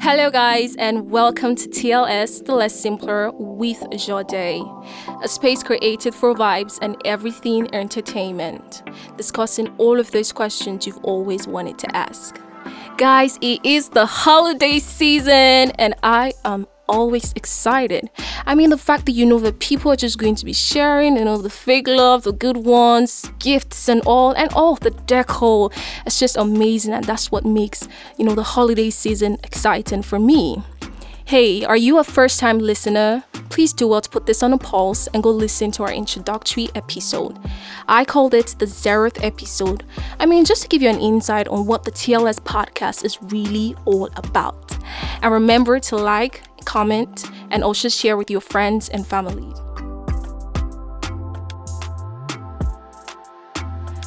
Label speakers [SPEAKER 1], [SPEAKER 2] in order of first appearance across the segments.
[SPEAKER 1] Hello, guys, and welcome to TLS The Less Simpler with Jode, a space created for vibes and everything entertainment, discussing all of those questions you've always wanted to ask. Guys, it is the holiday season, and I am always excited. I mean, the fact that you know that people are just going to be sharing, you know, the fake love, the good ones, gifts, and all, and all the decor. It's just amazing, and that's what makes, you know, the holiday season exciting for me. Hey, are you a first time listener? Please do well to put this on a pause and go listen to our introductory episode. I called it the zeroth episode. I mean, just to give you an insight on what the TLS podcast is really all about. And remember to like, comment, and also share with your friends and family.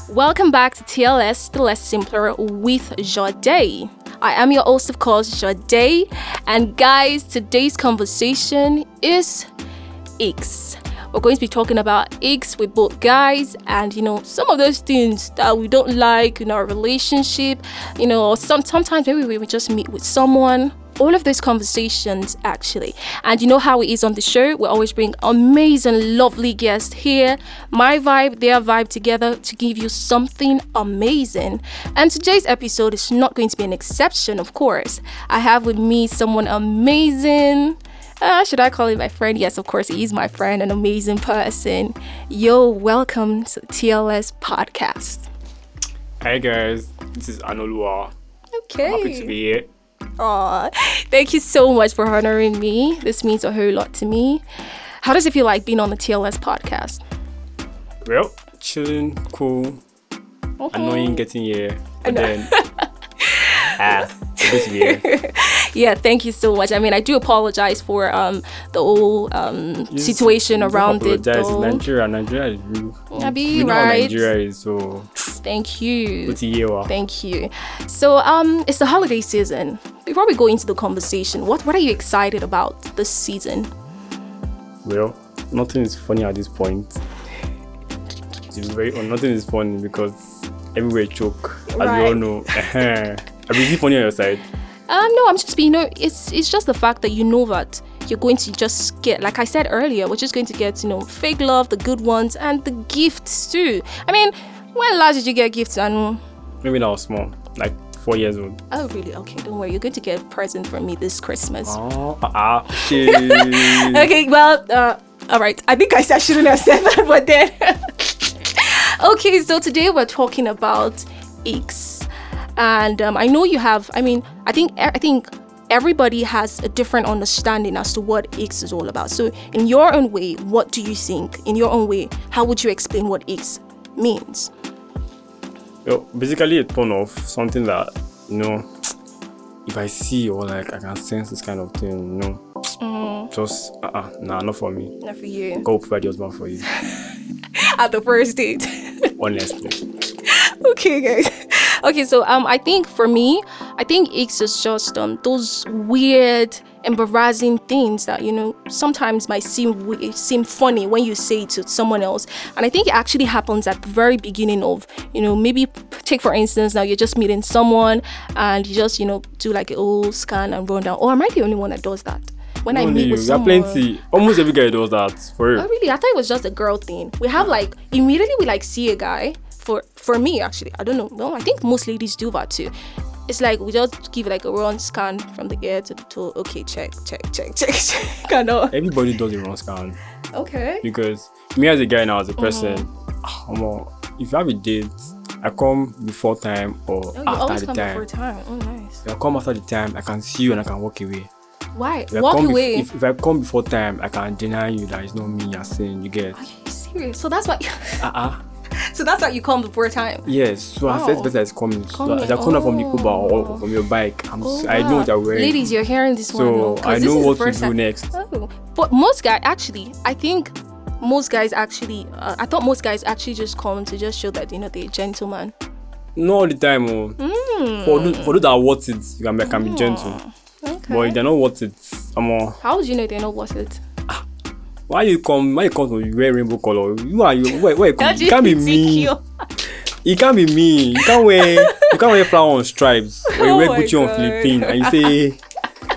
[SPEAKER 1] Welcome back to TLS, the less simpler with Jade. I am your host, of course, Jade. And guys, today's conversation is eggs. We're going to be talking about eggs with both guys and you know some of those things that we don't like in our relationship, you know, or some sometimes maybe we would just meet with someone. All of those conversations actually. And you know how it is on the show. We always bring amazing, lovely guests here. My vibe, their vibe together to give you something amazing. And today's episode is not going to be an exception, of course. I have with me someone amazing. Uh, should I call him my friend? Yes, of course, he's my friend, an amazing person. Yo, welcome to TLS podcast.
[SPEAKER 2] Hi guys, this is Anolua.
[SPEAKER 1] Okay.
[SPEAKER 2] Happy to be here.
[SPEAKER 1] Aw, thank you so much for honoring me. This means a whole lot to me. How does it feel like being on the TLS podcast?
[SPEAKER 2] Well, chilling, cool, annoying getting here, but
[SPEAKER 1] uh,
[SPEAKER 2] then ah, happy to be here.
[SPEAKER 1] Yeah, thank you so much. I mean, I do apologize for um the whole um situation
[SPEAKER 2] Don't
[SPEAKER 1] around it.
[SPEAKER 2] apologize. It's
[SPEAKER 1] though.
[SPEAKER 2] Nigeria, Nigeria is real.
[SPEAKER 1] I be
[SPEAKER 2] we know how
[SPEAKER 1] right.
[SPEAKER 2] Nigeria is so.
[SPEAKER 1] Thank you.
[SPEAKER 2] What's year?
[SPEAKER 1] Thank you. So, um, it's the holiday season. Before we go into the conversation, what what are you excited about this season?
[SPEAKER 2] Well, nothing is funny at this point. It's very, oh, nothing is funny because everywhere choke, as we all
[SPEAKER 1] Right.
[SPEAKER 2] know. I mean, is it funny on your side?
[SPEAKER 1] Um, no, I'm just being. You know, it's it's just the fact that you know that you're going to just get, like I said earlier, we're just going to get, you know, fake love, the good ones, and the gifts too. I mean, when last did you get gifts? And
[SPEAKER 2] Maybe when I was small, like four years old.
[SPEAKER 1] oh, really? Okay, don't worry, you're going to get a present from me this Christmas.
[SPEAKER 2] Oh, ah, ah, shit.
[SPEAKER 1] Okay, well, uh, all right. I think I, said- I shouldn't have said that, but then. okay, so today we're talking about eggs, and um, I know you have. I mean, I think e, I think everybody has a different understanding as to what eggs is all about. So, in your own way, what do you think? In your own way, how would you explain what eggs means?
[SPEAKER 2] Well, basically a turn off, something that you know if I see or like I can sense this kind of thing, you know.
[SPEAKER 1] Mm.
[SPEAKER 2] Just uh uh nah not for me.
[SPEAKER 1] Not for you.
[SPEAKER 2] God will provide the husband for you.
[SPEAKER 1] At the first date.
[SPEAKER 2] Honestly.
[SPEAKER 1] okay guys okay so um i think for me i think it's is just um those weird embarrassing things that you know sometimes might seem we- seem funny when you say it to someone else and i think it actually happens at the very beginning of you know maybe take for instance now you're just meeting someone and you just you know do like a whole scan and run down or am i the only one that does that when i meet
[SPEAKER 2] Only you.
[SPEAKER 1] with
[SPEAKER 2] There are
[SPEAKER 1] someone
[SPEAKER 2] plenty. Almost every guy does that for
[SPEAKER 1] Oh
[SPEAKER 2] real.
[SPEAKER 1] really? I thought it was just a girl thing. We have like immediately we like see a guy for for me actually. I don't know. No, I think most ladies do that too. It's like we just give like a run scan from the ear to the toe. Okay, check, check, check, check, check. I know.
[SPEAKER 2] Everybody does the wrong scan.
[SPEAKER 1] Okay.
[SPEAKER 2] Because me as a guy now as a person,
[SPEAKER 1] Mm-hmm.
[SPEAKER 2] ah, omo, if you have a date, I come before time or
[SPEAKER 1] Oh, you always
[SPEAKER 2] after the
[SPEAKER 1] come
[SPEAKER 2] time.
[SPEAKER 1] before time. Oh, nice.
[SPEAKER 2] If I come after the time, I can see you and I can walk away.
[SPEAKER 1] Why?
[SPEAKER 2] If I
[SPEAKER 1] Walk
[SPEAKER 2] come bef-
[SPEAKER 1] away.
[SPEAKER 2] if, if I come before time, I can deny you that it's not me you're saying. You get.
[SPEAKER 1] Are you serious? So that's why.
[SPEAKER 2] Uh-uh.
[SPEAKER 1] so that's why you come before time.
[SPEAKER 2] Yes. So I
[SPEAKER 1] Wow.
[SPEAKER 2] said better is coming. So
[SPEAKER 1] Coming.
[SPEAKER 2] as I come down from the Uber
[SPEAKER 1] Oh.
[SPEAKER 2] or from your bike, I'm
[SPEAKER 1] Oh,
[SPEAKER 2] si know
[SPEAKER 1] wow.
[SPEAKER 2] what you're wearing.
[SPEAKER 1] Ladies, you're hearing this one.
[SPEAKER 2] so
[SPEAKER 1] oh, 'cause
[SPEAKER 2] I
[SPEAKER 1] this
[SPEAKER 2] know
[SPEAKER 1] is the
[SPEAKER 2] what to
[SPEAKER 1] first
[SPEAKER 2] do
[SPEAKER 1] time-
[SPEAKER 2] next.
[SPEAKER 1] Oh, but most guys actually, I think most guys actually, uh, I thought most guys actually just come to just show that you know they're a gentleman.
[SPEAKER 2] Not all the time. Oh.
[SPEAKER 1] Hmm.
[SPEAKER 2] For, those, for those that are worth it, you can be, can be gentle.
[SPEAKER 1] Ah, Okay.
[SPEAKER 2] But if they're not worth it, I'm on.
[SPEAKER 1] How would you know they're not worth it?
[SPEAKER 2] Why you come? Why you come to wear rainbow color? You are you. Where, where you come? It can't be me. It can't be me. You can't wear. you can't wear flower on stripes. Or you
[SPEAKER 1] Oh
[SPEAKER 2] wear
[SPEAKER 1] my
[SPEAKER 2] Gucci on
[SPEAKER 1] God.
[SPEAKER 2] Philippine, and you say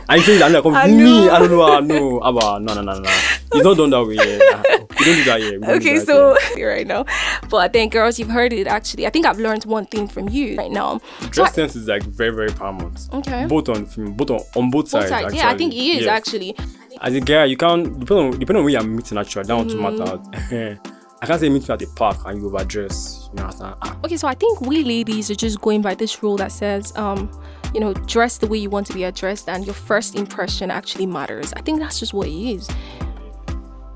[SPEAKER 2] I say that like
[SPEAKER 1] I
[SPEAKER 2] me.
[SPEAKER 1] know.
[SPEAKER 2] I don't know. ah, No, Abba, no, no, no, no. It's not done that way. Yeah. Ah, We don't do that here. We don't do
[SPEAKER 1] okay
[SPEAKER 2] that
[SPEAKER 1] so right now but i think girls you've heard it actually i think i've learned one thing from you right now
[SPEAKER 2] here.
[SPEAKER 1] So I-
[SPEAKER 2] dress sense is like very, very paramount.
[SPEAKER 1] Okay.
[SPEAKER 2] Both on film, both on, on both,
[SPEAKER 1] both
[SPEAKER 2] sides.
[SPEAKER 1] sides.
[SPEAKER 2] Actually.
[SPEAKER 1] yeah i think he is
[SPEAKER 2] Yes.
[SPEAKER 1] actually
[SPEAKER 2] As a guy, you can't depending on depending on where you're meeting. Actually, that
[SPEAKER 1] Mm-hmm.
[SPEAKER 2] one to matter. I can't say meet you at the park and you overdress. You understand? Ah,
[SPEAKER 1] okay so i think we ladies are just going by this rule that says um you know dress the way you want to be addressed and your first impression actually matters i think that's just what it is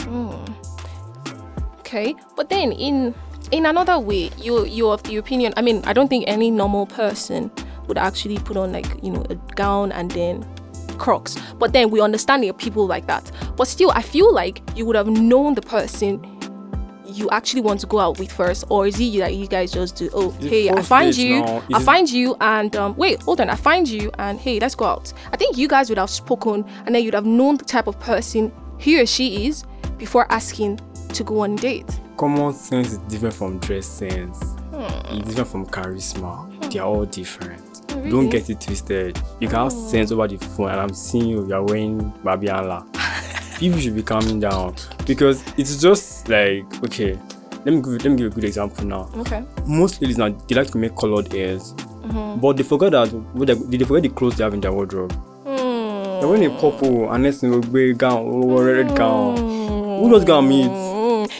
[SPEAKER 1] Mm. okay but then in in another way you you of the opinion i mean i don't think any normal person would actually put on like you know a gown and then crocs but then we understand there are people like that but still i feel like you would have known the person you actually want to go out with first, or is it you that you guys just do? Oh,
[SPEAKER 2] Is it
[SPEAKER 1] hey, I
[SPEAKER 2] first
[SPEAKER 1] find
[SPEAKER 2] date
[SPEAKER 1] you,
[SPEAKER 2] now?
[SPEAKER 1] I
[SPEAKER 2] Is it-
[SPEAKER 1] find you, and um, wait, hold on, I find you, and hey, let's go out. I think you guys would have spoken, and then you'd have known the type of person he or she is before asking to go on a date.
[SPEAKER 2] common sense is different from dress sense. It's different from charisma. They are all different.
[SPEAKER 1] really?
[SPEAKER 2] Don't get it twisted. You can have sense over the phone, and I'm seeing you. You're wearing babiala. People should be calming down because it's just like okay. Let me give, let me give a good example now.
[SPEAKER 1] Okay.
[SPEAKER 2] Most ladies now they like to make colored hairs, but they forgot that what they, they forget the clothes they have in their wardrobe. They're wearing a purple oh, and next thing they'll wear a gown, or a red gown. Who does gown means?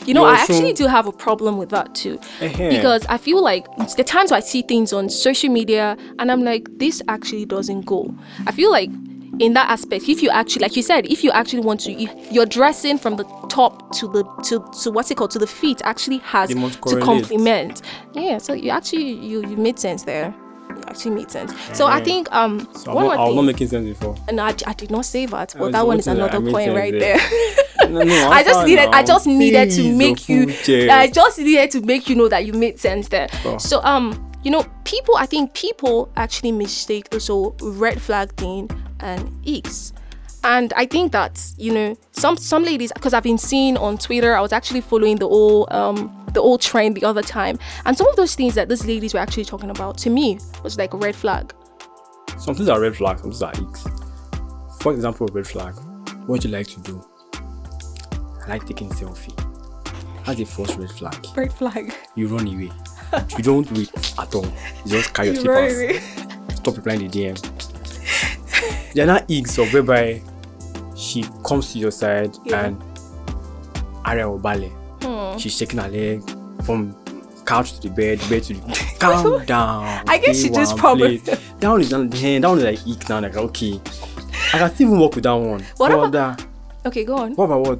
[SPEAKER 1] You know,
[SPEAKER 2] You
[SPEAKER 1] I
[SPEAKER 2] also-
[SPEAKER 1] actually do have a problem with that too.
[SPEAKER 2] Ehem.
[SPEAKER 1] Because I feel like it's the times I see things on social media and I'm like, this actually doesn't go. I feel like in that aspect, if you actually, like you said, if you actually want to, you- you're dressing from the top to the to to what's it called to the feet actually has
[SPEAKER 2] They must
[SPEAKER 1] to
[SPEAKER 2] correlate.
[SPEAKER 1] complement. Yeah, so you actually you you made sense there. You actually made sense. So I
[SPEAKER 2] Ehem.
[SPEAKER 1] think um
[SPEAKER 2] So
[SPEAKER 1] one
[SPEAKER 2] I'm not, I
[SPEAKER 1] more
[SPEAKER 2] was
[SPEAKER 1] thing.
[SPEAKER 2] not making sense before.
[SPEAKER 1] no, I, I did not say that. But
[SPEAKER 2] it's
[SPEAKER 1] that one is
[SPEAKER 2] something that
[SPEAKER 1] another
[SPEAKER 2] I made
[SPEAKER 1] point
[SPEAKER 2] sense
[SPEAKER 1] right
[SPEAKER 2] there.
[SPEAKER 1] there.
[SPEAKER 2] No, no, I'm
[SPEAKER 1] I just
[SPEAKER 2] fine
[SPEAKER 1] needed I
[SPEAKER 2] now.
[SPEAKER 1] just needed to
[SPEAKER 2] Please,
[SPEAKER 1] make you
[SPEAKER 2] Ofunche.
[SPEAKER 1] I just needed to make you know that you made sense there.
[SPEAKER 2] Oh.
[SPEAKER 1] So um you know people I think people actually mistake also red flag thing and icks. And I think that you know some some ladies because I've been seeing on Twitter I was actually following the old um the old trend the other time and some of those things that these ladies were actually talking about to me was like a red flag.
[SPEAKER 2] Some things are red flags, some things are icks. For example, red flag. What do you like to do? I like taking selfie. That's the first red flag.
[SPEAKER 1] Red flag.
[SPEAKER 2] You run away. you don't wait at all. You just carry your slippers. Stop replying the DM. They're not icks or whereby she comes to your side
[SPEAKER 1] Yeah. Hmm.
[SPEAKER 2] and Aria Obale. She's shaking her leg from couch to the bed, bed to the calm down.
[SPEAKER 1] I guess
[SPEAKER 2] Stay
[SPEAKER 1] she just
[SPEAKER 2] one
[SPEAKER 1] probably-
[SPEAKER 2] place. that one is not eh, that one is like eek now, like okay. I can still even work with that one.
[SPEAKER 1] What
[SPEAKER 2] about,
[SPEAKER 1] about-
[SPEAKER 2] that?
[SPEAKER 1] Okay, go on.
[SPEAKER 2] What about what?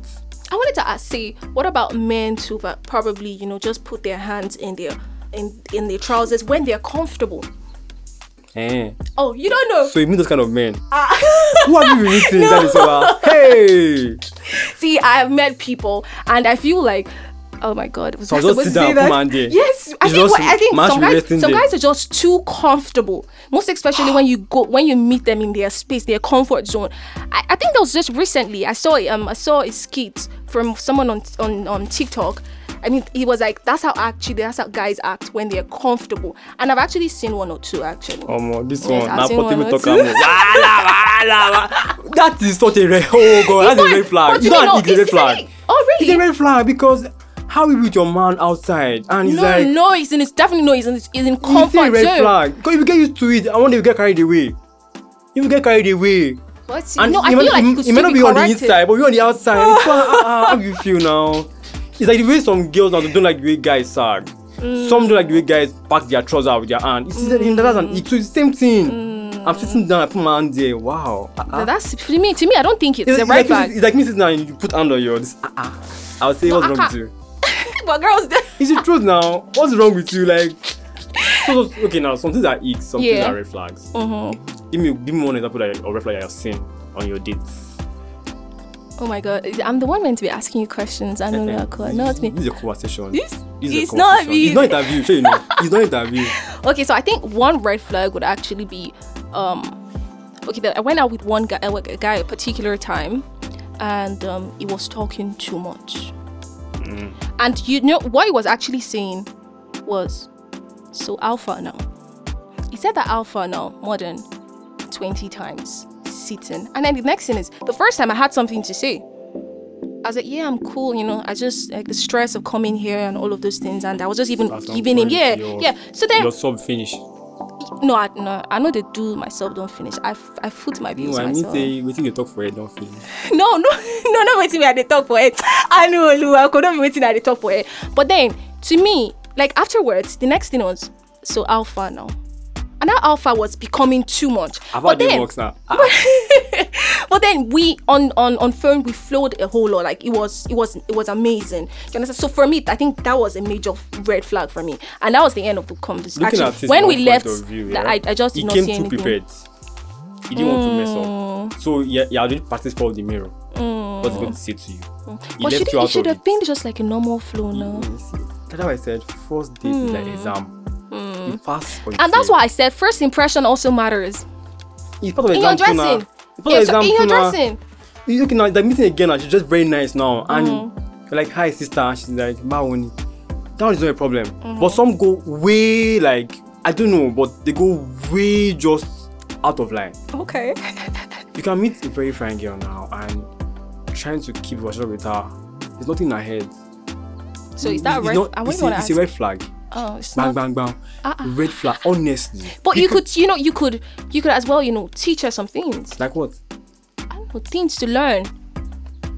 [SPEAKER 1] I wanted to ask, say, what about men too? But probably, you know, just put their hands in their in in their trousers when they're comfortable.
[SPEAKER 2] Eh.
[SPEAKER 1] Oh, you don't know.
[SPEAKER 2] So you meet those kind of men.
[SPEAKER 1] Ah.
[SPEAKER 2] Who have you been meeting that is about? Hey!
[SPEAKER 1] See, I have met people, and I feel like. Oh my God! Was
[SPEAKER 2] So
[SPEAKER 1] I
[SPEAKER 2] just
[SPEAKER 1] supposed
[SPEAKER 2] sit
[SPEAKER 1] to say
[SPEAKER 2] down,
[SPEAKER 1] that?
[SPEAKER 2] come and there.
[SPEAKER 1] Yes, I
[SPEAKER 2] It's
[SPEAKER 1] think,
[SPEAKER 2] just
[SPEAKER 1] what- I think
[SPEAKER 2] mass
[SPEAKER 1] some guys,
[SPEAKER 2] relating
[SPEAKER 1] some
[SPEAKER 2] there.
[SPEAKER 1] guys are just too comfortable. Most especially when you go, when you meet them in their space, their comfort zone. I, I think that was just recently. I saw a- um, I saw a skit from someone on on on TikTok. I mean, he was like, "That's how actually, that's how guys act when they're comfortable." And I've actually seen one or two actually.
[SPEAKER 2] Omo, this
[SPEAKER 1] Yes,
[SPEAKER 2] one.
[SPEAKER 1] I've
[SPEAKER 2] Now
[SPEAKER 1] seen
[SPEAKER 2] put
[SPEAKER 1] one
[SPEAKER 2] him
[SPEAKER 1] or
[SPEAKER 2] talk
[SPEAKER 1] two.
[SPEAKER 2] am. Wala, wala, wala. That is such a red oh god, that's
[SPEAKER 1] not-
[SPEAKER 2] a red flag.
[SPEAKER 1] but
[SPEAKER 2] It's
[SPEAKER 1] you know,
[SPEAKER 2] not an ick, it's a
[SPEAKER 1] it's-
[SPEAKER 2] red
[SPEAKER 1] it's an
[SPEAKER 2] flag.
[SPEAKER 1] ick. Oh,
[SPEAKER 2] It's a
[SPEAKER 1] really?
[SPEAKER 2] red flag because how you with your man outside and he's
[SPEAKER 1] No,
[SPEAKER 2] like
[SPEAKER 1] no, it's in. It's definitely no. It's in. It's in
[SPEAKER 2] You see
[SPEAKER 1] comfort
[SPEAKER 2] red
[SPEAKER 1] zone.
[SPEAKER 2] flag. Because if you get used to it, and one day you get carried away. If you get carried away,
[SPEAKER 1] But
[SPEAKER 2] and
[SPEAKER 1] no, I
[SPEAKER 2] it
[SPEAKER 1] feel
[SPEAKER 2] may,
[SPEAKER 1] like
[SPEAKER 2] it
[SPEAKER 1] you could
[SPEAKER 2] may
[SPEAKER 1] still
[SPEAKER 2] not
[SPEAKER 1] be
[SPEAKER 2] be on the
[SPEAKER 1] corrected.
[SPEAKER 2] inside, but you're on the outside. Ah, ah, ah, how do you feel now? It's like the way some girls now don't like the way guys sag.
[SPEAKER 1] Mm.
[SPEAKER 2] Some don't like the way guys pack their trousers out with their hand. It's mm. that's an ick. So it's the same thing.
[SPEAKER 1] Mm.
[SPEAKER 2] I'm sitting down, I put my hand there. Wow. Ah, ah.
[SPEAKER 1] Now that's for me. To me, I don't think it's,
[SPEAKER 2] It's,
[SPEAKER 1] a
[SPEAKER 2] it's
[SPEAKER 1] red
[SPEAKER 2] like,
[SPEAKER 1] flag.
[SPEAKER 2] me- it's like me sitting down and you put hand on yours. Ah, ah. I'll say what's
[SPEAKER 1] I
[SPEAKER 2] wrong
[SPEAKER 1] can't-
[SPEAKER 2] with you.
[SPEAKER 1] but girls,
[SPEAKER 2] It's the truth now. What's wrong with you? Like, so, so- okay, now some things are icks, some things
[SPEAKER 1] Yeah.
[SPEAKER 2] are red flags.
[SPEAKER 1] Mhm.
[SPEAKER 2] Give me, give me one example that of red flag I have seen on your dates.
[SPEAKER 1] Oh my god, I'm the one meant to be asking you questions. I know that cool. No, it's me.
[SPEAKER 2] This is a conversation.
[SPEAKER 1] This-
[SPEAKER 2] This is a
[SPEAKER 1] it's not
[SPEAKER 2] conversation.
[SPEAKER 1] me.
[SPEAKER 2] It's not interview. Sure you know. It's not interview.
[SPEAKER 1] Okay, so I think one red flag would actually be, um, okay, that I went out with one guy, a guy at a particular time, and um, he was talking too much.
[SPEAKER 2] Mm.
[SPEAKER 1] And you know what he was actually saying was, so alpha now. He said that alpha now more than 20 times. sitting. And then the next thing is the first time I had something to say. I was like, yeah, I'm cool, you know. I just like the stress of coming here and all of those things, and I was just even
[SPEAKER 2] At some
[SPEAKER 1] giving him,
[SPEAKER 2] point,
[SPEAKER 1] yeah,
[SPEAKER 2] your-
[SPEAKER 1] yeah. So then,
[SPEAKER 2] Your sub finish.
[SPEAKER 1] no, I, no, I know they do myself. Don't finish. I, f- I foot my Oh, views
[SPEAKER 2] No, I mean
[SPEAKER 1] myself.
[SPEAKER 2] say waiting you talk for it, don't finish.
[SPEAKER 1] no no no no wetin me i dey talk for head i know oluwa ko no be wetin i dey talk for head but then to me like afterwards the next thing was so how far now and that alpha was becoming too much
[SPEAKER 2] I've
[SPEAKER 1] but
[SPEAKER 2] had them
[SPEAKER 1] then
[SPEAKER 2] works now. Ah,
[SPEAKER 1] but then we on on on phone we flowed a whole lot like it was it was it was amazing you understand so for me i think that was a major red flag for me and that was the end of the conversation
[SPEAKER 2] looking
[SPEAKER 1] actually
[SPEAKER 2] at it
[SPEAKER 1] when
[SPEAKER 2] from
[SPEAKER 1] we
[SPEAKER 2] one
[SPEAKER 1] left
[SPEAKER 2] point of view,
[SPEAKER 1] that
[SPEAKER 2] yeah,
[SPEAKER 1] I, I just did
[SPEAKER 2] he
[SPEAKER 1] not
[SPEAKER 2] came
[SPEAKER 1] see
[SPEAKER 2] too
[SPEAKER 1] anything Mm.
[SPEAKER 2] prepared. He didn't want to mess up, so yeah, he already practiced for the mirror. What's he going to say to you? He
[SPEAKER 1] but should,
[SPEAKER 2] left you
[SPEAKER 1] it, it
[SPEAKER 2] out
[SPEAKER 1] should have
[SPEAKER 2] of it.
[SPEAKER 1] been just like a normal flow now
[SPEAKER 2] Yes. That's why I said first date is like exam. You pass or you
[SPEAKER 1] Mm. And that's
[SPEAKER 2] fail.
[SPEAKER 1] why I said first impression also matters.
[SPEAKER 2] it's part of
[SPEAKER 1] In your
[SPEAKER 2] exam too now.
[SPEAKER 1] dressing.
[SPEAKER 2] It's part
[SPEAKER 1] Yeah,
[SPEAKER 2] of
[SPEAKER 1] so-
[SPEAKER 2] exam
[SPEAKER 1] in your
[SPEAKER 2] too now.
[SPEAKER 1] dressing.
[SPEAKER 2] you looking at the meeting again and she's just very nice now and
[SPEAKER 1] Mm-hmm.
[SPEAKER 2] you're like hi sister and she's like Mahoney. That one is not a problem.
[SPEAKER 1] Mm-hmm.
[SPEAKER 2] But some go way like I don't know, but they go way just out of line.
[SPEAKER 1] Okay.
[SPEAKER 2] You can meet a very fine girl now and trying to keep relationship with her. There's nothing ahead.
[SPEAKER 1] So is that
[SPEAKER 2] it's
[SPEAKER 1] red?
[SPEAKER 2] Not,
[SPEAKER 1] I
[SPEAKER 2] it's,
[SPEAKER 1] wouldn't
[SPEAKER 2] a,
[SPEAKER 1] want to ask.
[SPEAKER 2] it's
[SPEAKER 1] Uh-uh.
[SPEAKER 2] a red flag.
[SPEAKER 1] oh, it's
[SPEAKER 2] Bang
[SPEAKER 1] not.
[SPEAKER 2] bang bang. Red flag. Honestly.
[SPEAKER 1] But you could, you know, you could, you could as well, you know, teach her some things.
[SPEAKER 2] Like what?
[SPEAKER 1] I don't know, things to learn.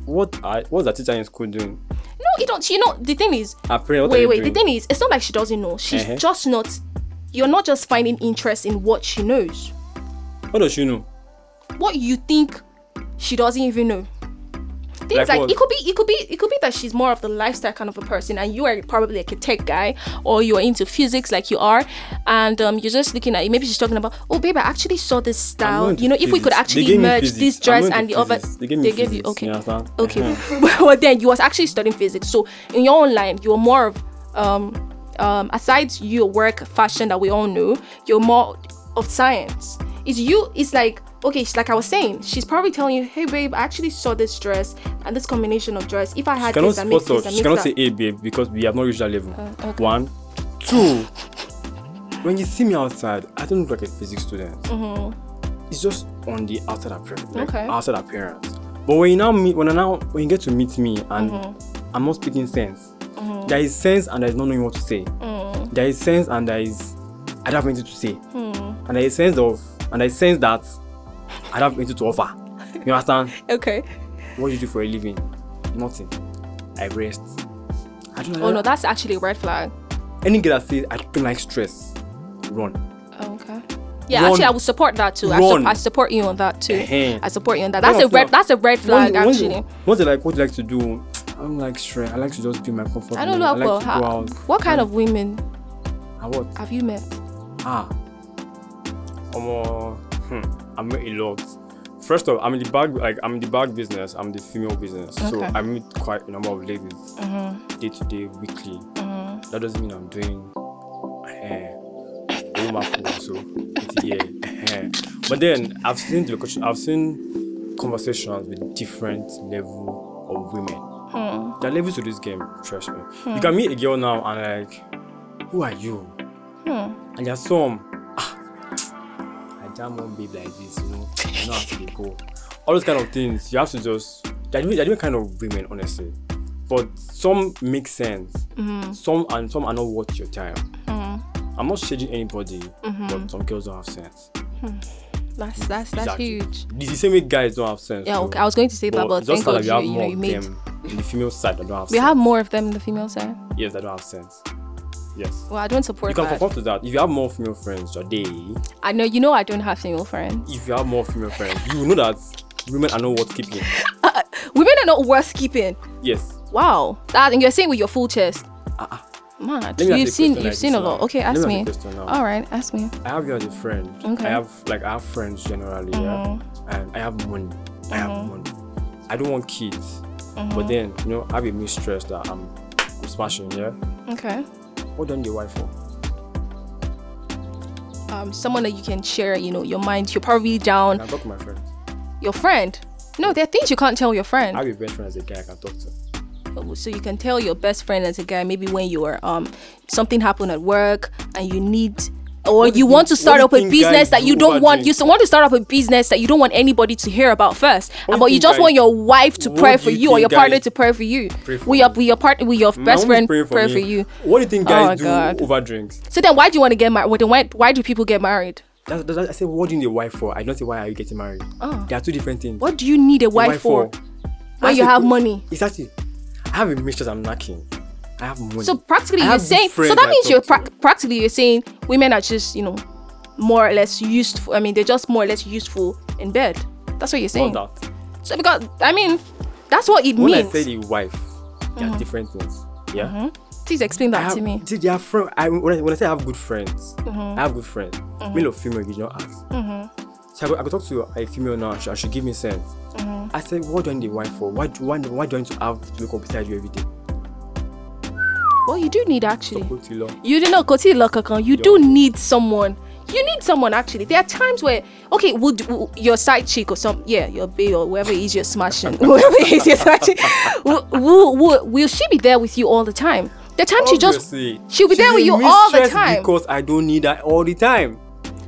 [SPEAKER 2] What? I, what's that teacher in school doing?
[SPEAKER 1] No, you don't. You know, the thing is,
[SPEAKER 2] I pray. What are
[SPEAKER 1] wait,
[SPEAKER 2] you
[SPEAKER 1] wait. The
[SPEAKER 2] doing?
[SPEAKER 1] thing is, it's not like she doesn't know. She's
[SPEAKER 2] Uh-huh.
[SPEAKER 1] just not. You're not just finding interest in what she knows.
[SPEAKER 2] What does she know?
[SPEAKER 1] What you think she doesn't even know. Things
[SPEAKER 2] Like
[SPEAKER 1] like,
[SPEAKER 2] what?
[SPEAKER 1] it could be it could be it could be that she's more of the lifestyle kind of a person and you are probably like a tech guy or you're into physics like you are and um, you're just looking at it. Maybe she's talking about, oh babe, I actually saw this
[SPEAKER 2] I'm
[SPEAKER 1] style.
[SPEAKER 2] going to
[SPEAKER 1] You know, if we could
[SPEAKER 2] physics. They
[SPEAKER 1] actually
[SPEAKER 2] gave me
[SPEAKER 1] merge
[SPEAKER 2] physics.
[SPEAKER 1] this
[SPEAKER 2] I'm
[SPEAKER 1] dress
[SPEAKER 2] going to
[SPEAKER 1] and the other
[SPEAKER 2] physics. They gave me
[SPEAKER 1] you
[SPEAKER 2] physics,
[SPEAKER 1] okay.
[SPEAKER 2] you understand?
[SPEAKER 1] okay.
[SPEAKER 2] Uh-huh.
[SPEAKER 1] But, then you was actually studying physics. So in your own line, you're more of um um aside your work fashion that we all know, you're more of science. It's you it's like okay, it's like I was saying, she's probably telling you, hey babe, I actually saw this dress and this combination of dress. If I
[SPEAKER 2] She
[SPEAKER 1] had
[SPEAKER 2] cannot,
[SPEAKER 1] this, I made
[SPEAKER 2] first
[SPEAKER 1] this,
[SPEAKER 2] of,
[SPEAKER 1] I
[SPEAKER 2] she
[SPEAKER 1] made
[SPEAKER 2] cannot
[SPEAKER 1] that.
[SPEAKER 2] say A, babe, because we have not reached that level.
[SPEAKER 1] okay.
[SPEAKER 2] One. Two. when you see me outside, I don't look like a physics student. It's just on the outside appearance. Like
[SPEAKER 1] Mm-hmm. Okay.
[SPEAKER 2] Outside appearance. But when you now meet, when I now, when you get to meet me and
[SPEAKER 1] Mm-hmm.
[SPEAKER 2] I'm not speaking sense, there is sense and there is not knowing what to say.
[SPEAKER 1] Mm.
[SPEAKER 2] There is sense and there is, I don't have anything to say.
[SPEAKER 1] Hmm.
[SPEAKER 2] And there is sense of, and there is sense that I don't have anything to offer. You understand?
[SPEAKER 1] Okay.
[SPEAKER 2] What do you do for a living? Nothing. I rest. I don't
[SPEAKER 1] Oh no, that's actually a red flag.
[SPEAKER 2] Any girl that says I don't like stress, run.
[SPEAKER 1] Okay. Yeah,
[SPEAKER 2] Run.
[SPEAKER 1] actually, I would support that too. I, su-
[SPEAKER 2] Run.
[SPEAKER 1] I support you on that too.
[SPEAKER 2] Ehem.
[SPEAKER 1] I support you on that. That's
[SPEAKER 2] One
[SPEAKER 1] a
[SPEAKER 2] or two
[SPEAKER 1] red.
[SPEAKER 2] of-
[SPEAKER 1] That's a red flag,
[SPEAKER 2] Once- once-
[SPEAKER 1] actually.
[SPEAKER 2] Once they like what you like to do, I don't like stress. I like to just be in my comfort.
[SPEAKER 1] I don't
[SPEAKER 2] zone.
[SPEAKER 1] know
[SPEAKER 2] Mm, I like
[SPEAKER 1] about
[SPEAKER 2] to
[SPEAKER 1] how,
[SPEAKER 2] go out.
[SPEAKER 1] what kind of women
[SPEAKER 2] I what?
[SPEAKER 1] have you met?
[SPEAKER 2] Ah. Omo, hmm, I met a lot. First off, I'm in the bag like I'm in the bag business. I'm the female business, so
[SPEAKER 1] Okay.
[SPEAKER 2] I meet quite a number of ladies day to day, weekly. That doesn't mean I'm doing eh, woman pool, so it's yeah. eh. But then I've seen the question- I've seen conversations with different level of women. There are levels to this game, trust me. You can meet a girl now and like, who are you? and there's some ah, I jam one babe like this, you know, I know how to dey go. All those kind of things, you have to just they're different, they're different kind of women, honestly. But some make sense,
[SPEAKER 1] Mm-hmm.
[SPEAKER 2] some and some are not worth your time. I'm not shading anybody, but some girls don't have sense.
[SPEAKER 1] That's Mm-hmm. that's that's
[SPEAKER 2] Exactly.
[SPEAKER 1] huge.
[SPEAKER 2] It's the same way guys don't have sense.
[SPEAKER 1] Yeah,
[SPEAKER 2] too.
[SPEAKER 1] okay. I was going to say that, but
[SPEAKER 2] it's just
[SPEAKER 1] thank God
[SPEAKER 2] that
[SPEAKER 1] you,
[SPEAKER 2] we
[SPEAKER 1] you know
[SPEAKER 2] have
[SPEAKER 1] you
[SPEAKER 2] more
[SPEAKER 1] made.
[SPEAKER 2] of them in the female side that don't have
[SPEAKER 1] We
[SPEAKER 2] sense.
[SPEAKER 1] have more of them in the female side.
[SPEAKER 2] yes, that don't have sense. Yes.
[SPEAKER 1] Well, I don't support
[SPEAKER 2] You can
[SPEAKER 1] that.
[SPEAKER 2] conform to that. If you have more female friends, your day
[SPEAKER 1] I know you know I don't have female friends.
[SPEAKER 2] if you have more female friends, you will know that women are not worth keeping.
[SPEAKER 1] Women are not worth keeping.
[SPEAKER 2] Yes.
[SPEAKER 1] Wow, that and you're saying with your full chest. Mad.
[SPEAKER 2] Uh-uh. Let me ask you a
[SPEAKER 1] You've seen
[SPEAKER 2] question
[SPEAKER 1] you've
[SPEAKER 2] like
[SPEAKER 1] seen
[SPEAKER 2] this
[SPEAKER 1] a lot.
[SPEAKER 2] now.
[SPEAKER 1] Okay,
[SPEAKER 2] Let
[SPEAKER 1] ask
[SPEAKER 2] me
[SPEAKER 1] me.
[SPEAKER 2] ask you a question now.
[SPEAKER 1] All right, ask me.
[SPEAKER 2] I have you as a friend.
[SPEAKER 1] Okay. Mm-hmm.
[SPEAKER 2] I have like I have friends generally, yeah. And I have money. I have money. I don't want kids.
[SPEAKER 1] Mm-hmm.
[SPEAKER 2] But then, you know, I have a mistress that I'm smashing, yeah.
[SPEAKER 1] Okay.
[SPEAKER 2] What then the wife for?
[SPEAKER 1] um, someone that you can share, you know, your mind. You're probably down.
[SPEAKER 2] And I talk to my friends.
[SPEAKER 1] Your friend. No, there are things you can't tell your
[SPEAKER 2] I
[SPEAKER 1] friend.
[SPEAKER 2] have a best friend as a guy I can talk to.
[SPEAKER 1] So you can tell your best friend as a guy maybe when you are um something happened at work and you need or
[SPEAKER 2] What do
[SPEAKER 1] you
[SPEAKER 2] you-
[SPEAKER 1] want to
[SPEAKER 2] what
[SPEAKER 1] start
[SPEAKER 2] do you
[SPEAKER 1] up a
[SPEAKER 2] think
[SPEAKER 1] business
[SPEAKER 2] guys
[SPEAKER 1] that you
[SPEAKER 2] do
[SPEAKER 1] don't
[SPEAKER 2] about
[SPEAKER 1] want
[SPEAKER 2] this?
[SPEAKER 1] you s- want to start up a business that you don't want anybody to hear about first
[SPEAKER 2] What do
[SPEAKER 1] but
[SPEAKER 2] you
[SPEAKER 1] you
[SPEAKER 2] think,
[SPEAKER 1] just want
[SPEAKER 2] guys?
[SPEAKER 1] your wife to
[SPEAKER 2] What
[SPEAKER 1] pray
[SPEAKER 2] do
[SPEAKER 1] for
[SPEAKER 2] you
[SPEAKER 1] you or
[SPEAKER 2] think,
[SPEAKER 1] your partner
[SPEAKER 2] guys?
[SPEAKER 1] to pray for you
[SPEAKER 2] Pray for
[SPEAKER 1] with your with your partner with your
[SPEAKER 2] My
[SPEAKER 1] best
[SPEAKER 2] mom is
[SPEAKER 1] friend
[SPEAKER 2] praying for
[SPEAKER 1] pray
[SPEAKER 2] me.
[SPEAKER 1] for you
[SPEAKER 2] What do you think
[SPEAKER 1] Oh my
[SPEAKER 2] guys
[SPEAKER 1] God.
[SPEAKER 2] do over drinks?
[SPEAKER 1] so then why do you want to get married why, why do people get married
[SPEAKER 2] That's, that's, I said, what do you need a wife for? I don't say why are you getting married.
[SPEAKER 1] Oh.
[SPEAKER 2] There are two different things.
[SPEAKER 1] what do you need a
[SPEAKER 2] A
[SPEAKER 1] wife for when
[SPEAKER 2] Ask
[SPEAKER 1] you
[SPEAKER 2] a
[SPEAKER 1] have
[SPEAKER 2] que-
[SPEAKER 1] money
[SPEAKER 2] Exactly. I have a mistress I'm lacking. I have money.
[SPEAKER 1] so practically
[SPEAKER 2] I
[SPEAKER 1] you're
[SPEAKER 2] have
[SPEAKER 1] saying
[SPEAKER 2] good
[SPEAKER 1] so
[SPEAKER 2] friends
[SPEAKER 1] that
[SPEAKER 2] I
[SPEAKER 1] means
[SPEAKER 2] talk
[SPEAKER 1] you're
[SPEAKER 2] to.
[SPEAKER 1] prac practically you're saying women are just you know more or less useful i mean they're just more or less useful in bed that's what you're saying
[SPEAKER 2] Not that.
[SPEAKER 1] so because i mean that's what it
[SPEAKER 2] When
[SPEAKER 1] means
[SPEAKER 2] I say the wife, there are different things. Yeah.
[SPEAKER 1] please explain
[SPEAKER 2] I
[SPEAKER 1] that
[SPEAKER 2] have,
[SPEAKER 1] to me Mm-hmm.
[SPEAKER 2] See, they are friend- I, when, I, when I say I have good friends, I have good friends. Male or female, you don't ask. So I could, I could talk to a female now, and she, and she give me sense.
[SPEAKER 1] Mm-hmm.
[SPEAKER 2] I said, what do I need a wife for? Why do, why, why do I need to have to wake up beside you every day?
[SPEAKER 1] well you do need actually
[SPEAKER 2] Go to law.
[SPEAKER 1] you do not go to luck account you do need someone you need someone actually there are times where okay would w- your side chick or some yeah your babe or whoever it is you're smashing whoever it is you're smashing will, will, will, will she be there with you all the time the time she
[SPEAKER 2] Obviously.
[SPEAKER 1] just she'll be there with
[SPEAKER 2] She's
[SPEAKER 1] you
[SPEAKER 2] a
[SPEAKER 1] all the
[SPEAKER 2] mistress
[SPEAKER 1] time
[SPEAKER 2] Because I don't need her all the time.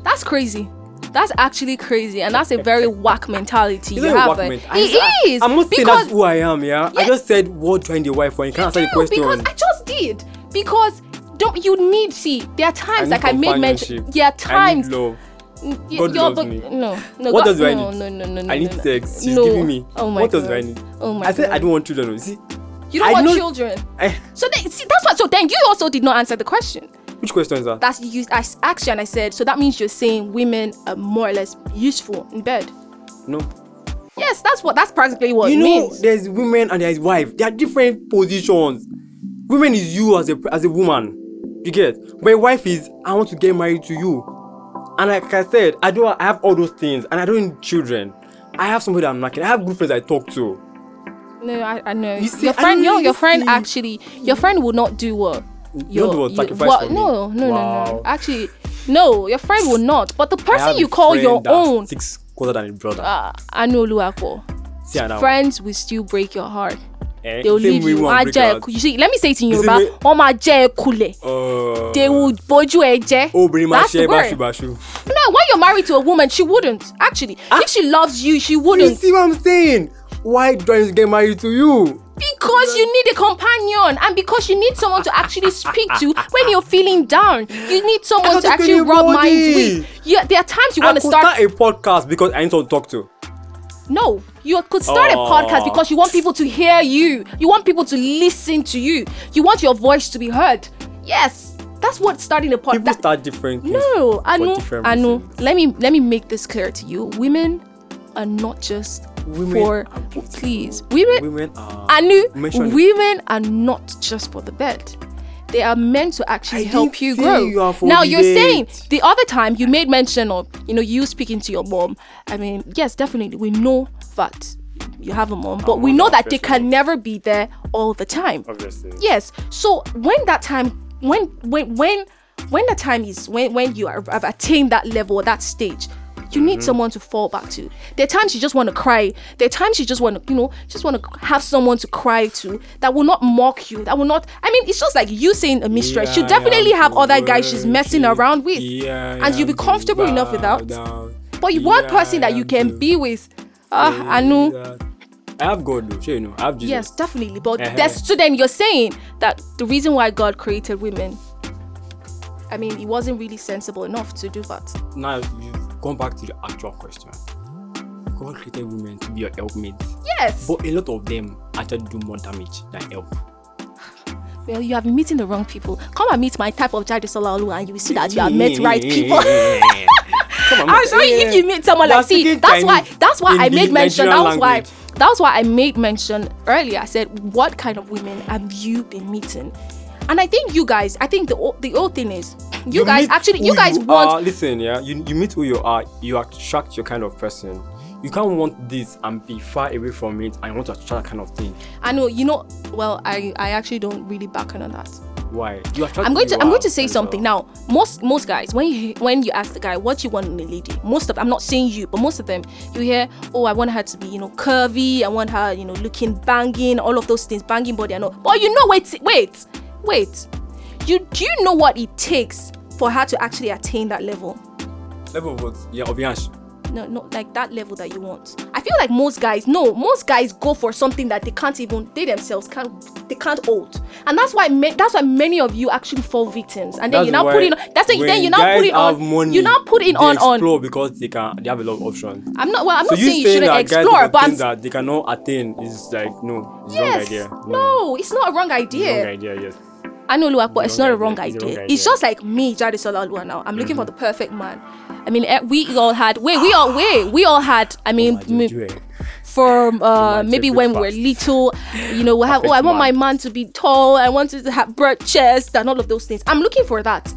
[SPEAKER 1] that's crazy that's actually crazy and that's a very whack mentality you
[SPEAKER 2] It's not a
[SPEAKER 1] have
[SPEAKER 2] work
[SPEAKER 1] there.
[SPEAKER 2] mate.
[SPEAKER 1] It
[SPEAKER 2] I, I-
[SPEAKER 1] is,
[SPEAKER 2] I'm not saying
[SPEAKER 1] because-
[SPEAKER 2] that's who I am, yeah. I
[SPEAKER 1] Yeah.
[SPEAKER 2] just said what do I need a wife for? You can't answer the
[SPEAKER 1] do,
[SPEAKER 2] question.
[SPEAKER 1] because I just did because don't you need see there are times
[SPEAKER 2] need
[SPEAKER 1] like I made mention
[SPEAKER 2] companionship.
[SPEAKER 1] there are
[SPEAKER 2] I need
[SPEAKER 1] times
[SPEAKER 2] love.
[SPEAKER 1] Mm, y-
[SPEAKER 2] God
[SPEAKER 1] your
[SPEAKER 2] loves
[SPEAKER 1] bu-
[SPEAKER 2] me.
[SPEAKER 1] no no
[SPEAKER 2] What
[SPEAKER 1] God-
[SPEAKER 2] else do I
[SPEAKER 1] no,
[SPEAKER 2] need?
[SPEAKER 1] no no no no
[SPEAKER 2] I need
[SPEAKER 1] no, no.
[SPEAKER 2] sex. She's
[SPEAKER 1] no.
[SPEAKER 2] giving me.
[SPEAKER 1] oh my
[SPEAKER 2] what
[SPEAKER 1] god
[SPEAKER 2] else do I need?
[SPEAKER 1] oh my
[SPEAKER 2] I said
[SPEAKER 1] god
[SPEAKER 2] I don't want children. oh. You see, eh,
[SPEAKER 1] you don't
[SPEAKER 2] I
[SPEAKER 1] want
[SPEAKER 2] know-
[SPEAKER 1] children
[SPEAKER 2] I,
[SPEAKER 1] so then, see that's what so then you also did not answer the question
[SPEAKER 2] which question is that?
[SPEAKER 1] that's you I s- asked you and I said so that means you're saying women are more or less useful in bed
[SPEAKER 2] No.
[SPEAKER 1] yes that's what that's practically what it
[SPEAKER 2] you know,
[SPEAKER 1] means
[SPEAKER 2] there's women and there's wife. There are different positions. Women is you as a as a woman. You get. My wife is I want to get married to you. And like I said, I do I have all those things and I don't need children. I have somebody I'm lacking. I have good friends I talk to.
[SPEAKER 1] no I, I know
[SPEAKER 2] You see,
[SPEAKER 1] your
[SPEAKER 2] I
[SPEAKER 1] friend no
[SPEAKER 2] need
[SPEAKER 1] your
[SPEAKER 2] to
[SPEAKER 1] friend
[SPEAKER 2] see-
[SPEAKER 1] actually your friend would not do what
[SPEAKER 2] You
[SPEAKER 1] your-
[SPEAKER 2] don't want
[SPEAKER 1] you-
[SPEAKER 2] sacrifice
[SPEAKER 1] what-
[SPEAKER 2] for me.
[SPEAKER 1] no no no no
[SPEAKER 2] Wow.
[SPEAKER 1] actually no your friend will not but the
[SPEAKER 2] I have
[SPEAKER 1] person
[SPEAKER 2] a
[SPEAKER 1] you call
[SPEAKER 2] friend
[SPEAKER 1] your
[SPEAKER 2] that's
[SPEAKER 1] own
[SPEAKER 2] Six quarter than a brother.
[SPEAKER 1] uh, Anoluapo.
[SPEAKER 2] See her now.
[SPEAKER 1] Friends will still break your heart.
[SPEAKER 2] Eh,
[SPEAKER 1] They'll
[SPEAKER 2] same
[SPEAKER 1] leave
[SPEAKER 2] way
[SPEAKER 1] you.
[SPEAKER 2] we want break
[SPEAKER 1] Ajẹ́
[SPEAKER 2] out.
[SPEAKER 1] ẹ̀kú- You see, let me say it in
[SPEAKER 2] The same
[SPEAKER 1] Yoruba.
[SPEAKER 2] way-
[SPEAKER 1] Wọ́n máa jẹ́ ẹkulẹ̀.
[SPEAKER 2] Uh, oh,
[SPEAKER 1] They will bójú ẹ jẹ́.
[SPEAKER 2] obìnrin máa
[SPEAKER 1] That's
[SPEAKER 2] ṣe
[SPEAKER 1] the
[SPEAKER 2] é
[SPEAKER 1] word.
[SPEAKER 2] báṣubàṣu.
[SPEAKER 1] No, when you're married to a woman, she wouldn't. Actually, if she loves you, she
[SPEAKER 2] Ah. You
[SPEAKER 1] wouldn't.
[SPEAKER 2] see what I'm saying? Why do I need to get married to you?
[SPEAKER 1] Because you need a companion and because you need someone to actually speak to when you're feeling down. You need someone
[SPEAKER 2] can't
[SPEAKER 1] to
[SPEAKER 2] talk to
[SPEAKER 1] actually rub
[SPEAKER 2] anybody.
[SPEAKER 1] minds with. Yeah, there are times you want
[SPEAKER 2] I
[SPEAKER 1] to
[SPEAKER 2] could
[SPEAKER 1] start
[SPEAKER 2] a podcast because I need someone to talk to.
[SPEAKER 1] No, you could start a
[SPEAKER 2] Oh.
[SPEAKER 1] podcast because you want people to hear you. You want people to listen to you. You want your voice to be heard. Yes, that's what starting a
[SPEAKER 2] People
[SPEAKER 1] podcast.
[SPEAKER 2] start different things.
[SPEAKER 1] no,
[SPEAKER 2] for
[SPEAKER 1] Anu,
[SPEAKER 2] different
[SPEAKER 1] Anu,
[SPEAKER 2] reasons.
[SPEAKER 1] let me let me make this clear to you. Women are not just
[SPEAKER 2] Women
[SPEAKER 1] for
[SPEAKER 2] are beautiful.
[SPEAKER 1] please. Women,
[SPEAKER 2] Women are.
[SPEAKER 1] Anu,
[SPEAKER 2] Mention it.
[SPEAKER 1] women are not just for the bed. They are meant to actually
[SPEAKER 2] I
[SPEAKER 1] help
[SPEAKER 2] didn't
[SPEAKER 1] you
[SPEAKER 2] say
[SPEAKER 1] grow.
[SPEAKER 2] you are for
[SPEAKER 1] now
[SPEAKER 2] the
[SPEAKER 1] you're
[SPEAKER 2] bed.
[SPEAKER 1] saying the other time you made mention of, you know, you speaking to your mom. I mean, yes, definitely we know that you have a mom, but we
[SPEAKER 2] mom
[SPEAKER 1] know
[SPEAKER 2] are
[SPEAKER 1] that they
[SPEAKER 2] special.
[SPEAKER 1] can never be there all the time.
[SPEAKER 2] Obviously.
[SPEAKER 1] Yes. So when that time, when when when when the time is when when you are, have attained that level, that stage, you
[SPEAKER 2] Mm-hmm.
[SPEAKER 1] need someone to fall back to. There are times you just want to cry. There are times you just want to, you know, just want to have someone to cry to that will not mock you. That will not. I mean, it's just like you saying a mistress.
[SPEAKER 2] Yeah,
[SPEAKER 1] she
[SPEAKER 2] I
[SPEAKER 1] definitely
[SPEAKER 2] am
[SPEAKER 1] have other
[SPEAKER 2] the
[SPEAKER 1] guys she's
[SPEAKER 2] one
[SPEAKER 1] messing
[SPEAKER 2] she-
[SPEAKER 1] around with,
[SPEAKER 2] Yeah, I
[SPEAKER 1] and you'll be
[SPEAKER 2] am the
[SPEAKER 1] comfortable enough
[SPEAKER 2] bow
[SPEAKER 1] without.
[SPEAKER 2] down.
[SPEAKER 1] But you one
[SPEAKER 2] Yeah,
[SPEAKER 1] person
[SPEAKER 2] I
[SPEAKER 1] that you
[SPEAKER 2] am
[SPEAKER 1] can
[SPEAKER 2] the
[SPEAKER 1] be with. Ah, I know.
[SPEAKER 2] Yeah. I have God though, sure you know. I have Jesus.
[SPEAKER 1] Yes, definitely. But
[SPEAKER 2] Eh-heh.
[SPEAKER 1] that's so then you're saying that the reason why God created women, I mean, he wasn't really sensible enough to do that.
[SPEAKER 2] Now you've gone back to the actual question. God created women to be your helpmates.
[SPEAKER 1] Yes.
[SPEAKER 2] But a lot of them actually do more damage than help.
[SPEAKER 1] well, you have been meeting the wrong people. Come and meet my type of Jadesola Olu and you will see that you have met right people.
[SPEAKER 2] Come on,
[SPEAKER 1] I'm sorry
[SPEAKER 2] yeah.
[SPEAKER 1] if you meet someone
[SPEAKER 2] You are
[SPEAKER 1] like see.
[SPEAKER 2] speaking
[SPEAKER 1] That's why.
[SPEAKER 2] Chinese
[SPEAKER 1] That's why
[SPEAKER 2] in
[SPEAKER 1] I
[SPEAKER 2] the
[SPEAKER 1] made mention. That
[SPEAKER 2] Nigerian
[SPEAKER 1] was why.
[SPEAKER 2] language.
[SPEAKER 1] That's why I made mention earlier. I said, what kind of women have you been meeting? And I think you guys. I think the o- the old thing is, you, guys
[SPEAKER 2] meet
[SPEAKER 1] actually. You
[SPEAKER 2] who
[SPEAKER 1] guys want.
[SPEAKER 2] are- listen, yeah. You, you meet who you are. You attract your kind of person. You can't want this and be far away from it. and want to attract that kind of thing.
[SPEAKER 1] I know you know. Well, I I actually don't really back on that.
[SPEAKER 2] Why? You attract.
[SPEAKER 1] I'm
[SPEAKER 2] who
[SPEAKER 1] going
[SPEAKER 2] you
[SPEAKER 1] to I'm
[SPEAKER 2] are,
[SPEAKER 1] going to say
[SPEAKER 2] that's
[SPEAKER 1] something
[SPEAKER 2] all.
[SPEAKER 1] now. Most most guys when you when you ask the guy what you want in a lady, most of I'm not saying you, but most of them you hear, oh I want her to be you know curvy, I want her you know looking banging, all of those things, banging body and all. But you know wait wait wait, you do you know what it takes for her to actually attain that level.
[SPEAKER 2] Level of what? Yeah, of Yansh.
[SPEAKER 1] No, not like that level that you want. I feel like most guys, no, most guys go for something that they can't even they themselves can't they can't hold, and that's why ma- that's why many of you actually fall victims, and then
[SPEAKER 2] That's
[SPEAKER 1] you now
[SPEAKER 2] why
[SPEAKER 1] put it. On, that's it. Then
[SPEAKER 2] when
[SPEAKER 1] you now put
[SPEAKER 2] guys
[SPEAKER 1] it on.
[SPEAKER 2] have Money,
[SPEAKER 1] you now put it
[SPEAKER 2] they
[SPEAKER 1] on on.
[SPEAKER 2] explore because they can. They have a lot of options.
[SPEAKER 1] I'm not well. I'm
[SPEAKER 2] so
[SPEAKER 1] not
[SPEAKER 2] you
[SPEAKER 1] saying you
[SPEAKER 2] saying
[SPEAKER 1] shouldn't
[SPEAKER 2] that guys
[SPEAKER 1] explore,
[SPEAKER 2] do
[SPEAKER 1] but I'm
[SPEAKER 2] things that they cannot attain is like no, it's wrong
[SPEAKER 1] yes,
[SPEAKER 2] idea.
[SPEAKER 1] no, it's not a wrong
[SPEAKER 2] it's
[SPEAKER 1] idea.
[SPEAKER 2] wrong idea. Yes.
[SPEAKER 1] I know Luak, but it's not
[SPEAKER 2] wrong
[SPEAKER 1] a wrong
[SPEAKER 2] idea. It's
[SPEAKER 1] idea.
[SPEAKER 2] a
[SPEAKER 1] It's,
[SPEAKER 2] wrong idea. Mm-hmm.
[SPEAKER 1] just like me, Jadisola Lua now. I'm looking for the perfect man. I mean, eh, we all had wait, we all wait, we all had. I mean,
[SPEAKER 2] What
[SPEAKER 1] m-
[SPEAKER 2] you doing?
[SPEAKER 1] from uh,
[SPEAKER 2] Imagine
[SPEAKER 1] maybe
[SPEAKER 2] breakfast.
[SPEAKER 1] when we were little, you know, we have. Oh, I
[SPEAKER 2] Perfect
[SPEAKER 1] want my
[SPEAKER 2] man.
[SPEAKER 1] man to be tall. I want to have broad chest and all of those things. I'm looking for that.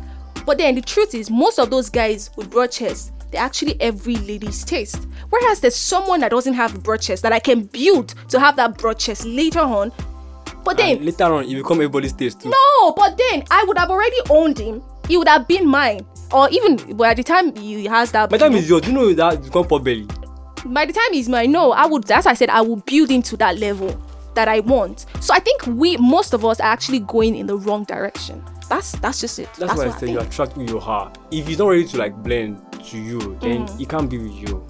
[SPEAKER 1] But then the truth is, most of those guys with broad chest, they're actually every lady's taste. Whereas there's someone that doesn't have broad chest that I can build to have that broad chest later on. But then
[SPEAKER 2] And later on, it become everybody's taste too.
[SPEAKER 1] no, but then I would have already owned him. He would have been mine. Or even by the time he has that,
[SPEAKER 2] By the time is yours, do you know that it's called pot belly?
[SPEAKER 1] by the time he's mine, no, I would. As I said, I would build him to that level that I want. So I think we, most of us, are actually going in the wrong direction. That's that's just it.
[SPEAKER 2] That's, why I
[SPEAKER 1] what
[SPEAKER 2] say
[SPEAKER 1] think.
[SPEAKER 2] you attract who you are. If he's not ready to like blend to you, then
[SPEAKER 1] Mm.
[SPEAKER 2] he can't be with you.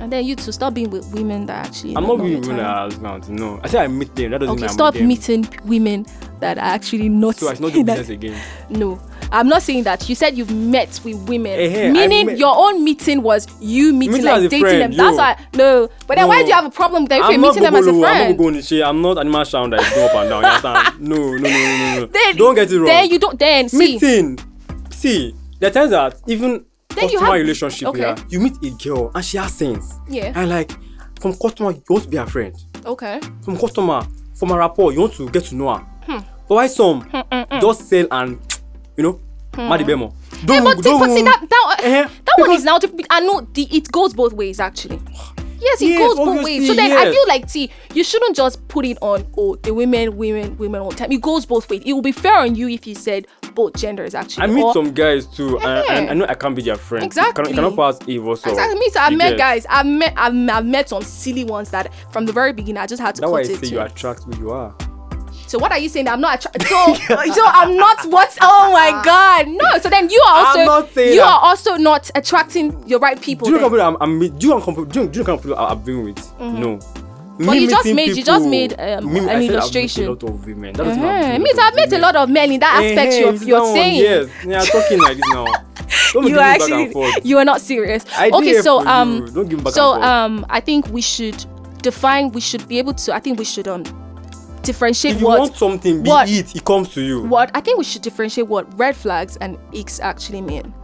[SPEAKER 1] And then you to stop being with women that actually.
[SPEAKER 2] I'm
[SPEAKER 1] know
[SPEAKER 2] not
[SPEAKER 1] your
[SPEAKER 2] being rude
[SPEAKER 1] type.
[SPEAKER 2] as now. No, I say I meet them. That doesn't
[SPEAKER 1] Okay,
[SPEAKER 2] mean
[SPEAKER 1] stop
[SPEAKER 2] I meet them.
[SPEAKER 1] meeting p- women that are actually not.
[SPEAKER 2] So it's not the
[SPEAKER 1] that-
[SPEAKER 2] business again.
[SPEAKER 1] No, I'm not saying that. You said you've met with women,
[SPEAKER 2] Eh, eh, I
[SPEAKER 1] meaning
[SPEAKER 2] met-
[SPEAKER 1] your own meeting was you meeting,
[SPEAKER 2] Meeting
[SPEAKER 1] like
[SPEAKER 2] as a
[SPEAKER 1] dating
[SPEAKER 2] friend,
[SPEAKER 1] them. That's
[SPEAKER 2] yo.
[SPEAKER 1] why no. But then why
[SPEAKER 2] No.
[SPEAKER 1] do you have a problem with them if
[SPEAKER 2] I'm
[SPEAKER 1] you're
[SPEAKER 2] not
[SPEAKER 1] meeting them as a
[SPEAKER 2] Gogolo, I'm
[SPEAKER 1] friend?
[SPEAKER 2] not Gogonishi, I'm not animal sound that is go up and down. You understand? No, no, no, no, no, no.
[SPEAKER 1] Then,
[SPEAKER 2] Don't get it wrong.
[SPEAKER 1] Then you don't. Then see.
[SPEAKER 2] meeting. See, there are times that even
[SPEAKER 1] Then you
[SPEAKER 2] customer
[SPEAKER 1] have-
[SPEAKER 2] relationship
[SPEAKER 1] okay.
[SPEAKER 2] yeah, you meet a girl and she has sense.
[SPEAKER 1] Yeah.
[SPEAKER 2] And like from customer, you want to be her friend.
[SPEAKER 1] Okay.
[SPEAKER 2] From customer, from a rapport, you want to get to know her.
[SPEAKER 1] Hmm.
[SPEAKER 2] But why some just sell and you know, Madi Bemo.
[SPEAKER 1] Hey,
[SPEAKER 2] Don't,
[SPEAKER 1] Hmm. Eh, but, see- but see that that,
[SPEAKER 2] Eh,
[SPEAKER 1] that one
[SPEAKER 2] because-
[SPEAKER 1] is now. diff- I know the, it goes both ways actually. Yes, it
[SPEAKER 2] Yes,
[SPEAKER 1] goes both ways. So
[SPEAKER 2] obviously,
[SPEAKER 1] then I
[SPEAKER 2] yes.
[SPEAKER 1] feel like see, you shouldn't just put it on oh the women, women, women all the time. It goes both ways. It would be fair on you if you said both genders actually.
[SPEAKER 2] I meet
[SPEAKER 1] or-
[SPEAKER 2] some guys too, and, and
[SPEAKER 1] Yeah.
[SPEAKER 2] I know I can't be their friend. You cannot-
[SPEAKER 1] Eh. Exactly.
[SPEAKER 2] You cannot, pass evil. So
[SPEAKER 1] Exactly. Me too. I've
[SPEAKER 2] you
[SPEAKER 1] met
[SPEAKER 2] get-
[SPEAKER 1] guys. I've met. I've, I've met some silly ones that from the very beginning I just had to
[SPEAKER 2] That's why I
[SPEAKER 1] cut
[SPEAKER 2] say
[SPEAKER 1] it.
[SPEAKER 2] you
[SPEAKER 1] to.
[SPEAKER 2] attract who you are.
[SPEAKER 1] So what are you saying? that I'm not attracted. So, so I'm not what? Oh my god! No. So then you are
[SPEAKER 2] I'm
[SPEAKER 1] also
[SPEAKER 2] not saying
[SPEAKER 1] you
[SPEAKER 2] that.
[SPEAKER 1] are also not attracting your right people.
[SPEAKER 2] Do you know
[SPEAKER 1] then.
[SPEAKER 2] company I'm, I'm with- do you know company do you, do you know company I- I've been with? No.
[SPEAKER 1] Mm-hmm. But
[SPEAKER 2] Me
[SPEAKER 1] you just
[SPEAKER 2] meeting
[SPEAKER 1] made- you just made, um,
[SPEAKER 2] me-
[SPEAKER 1] an
[SPEAKER 2] I said I've met
[SPEAKER 1] illustration.
[SPEAKER 2] A lot of women. That doesn't
[SPEAKER 1] Eh,
[SPEAKER 2] mean
[SPEAKER 1] means I've met a
[SPEAKER 2] women.
[SPEAKER 1] lot of men in that aspect
[SPEAKER 2] Eh, eh,
[SPEAKER 1] you're,
[SPEAKER 2] it's
[SPEAKER 1] you're
[SPEAKER 2] that one,
[SPEAKER 1] saying.
[SPEAKER 2] Yes, yeah, talking like this now. Don't be
[SPEAKER 1] You are
[SPEAKER 2] giving back and
[SPEAKER 1] actually
[SPEAKER 2] forth.
[SPEAKER 1] you are not serious.
[SPEAKER 2] I
[SPEAKER 1] okay,
[SPEAKER 2] did
[SPEAKER 1] so
[SPEAKER 2] for you.
[SPEAKER 1] um,
[SPEAKER 2] Don't give back
[SPEAKER 1] so
[SPEAKER 2] and forth.
[SPEAKER 1] um, I think we should define. We should be able to. I think we should um differentiate
[SPEAKER 2] if you
[SPEAKER 1] what
[SPEAKER 2] want something, be
[SPEAKER 1] what-
[SPEAKER 2] it, it comes to you.
[SPEAKER 1] what I think we should differentiate what red flags and icks actually mean.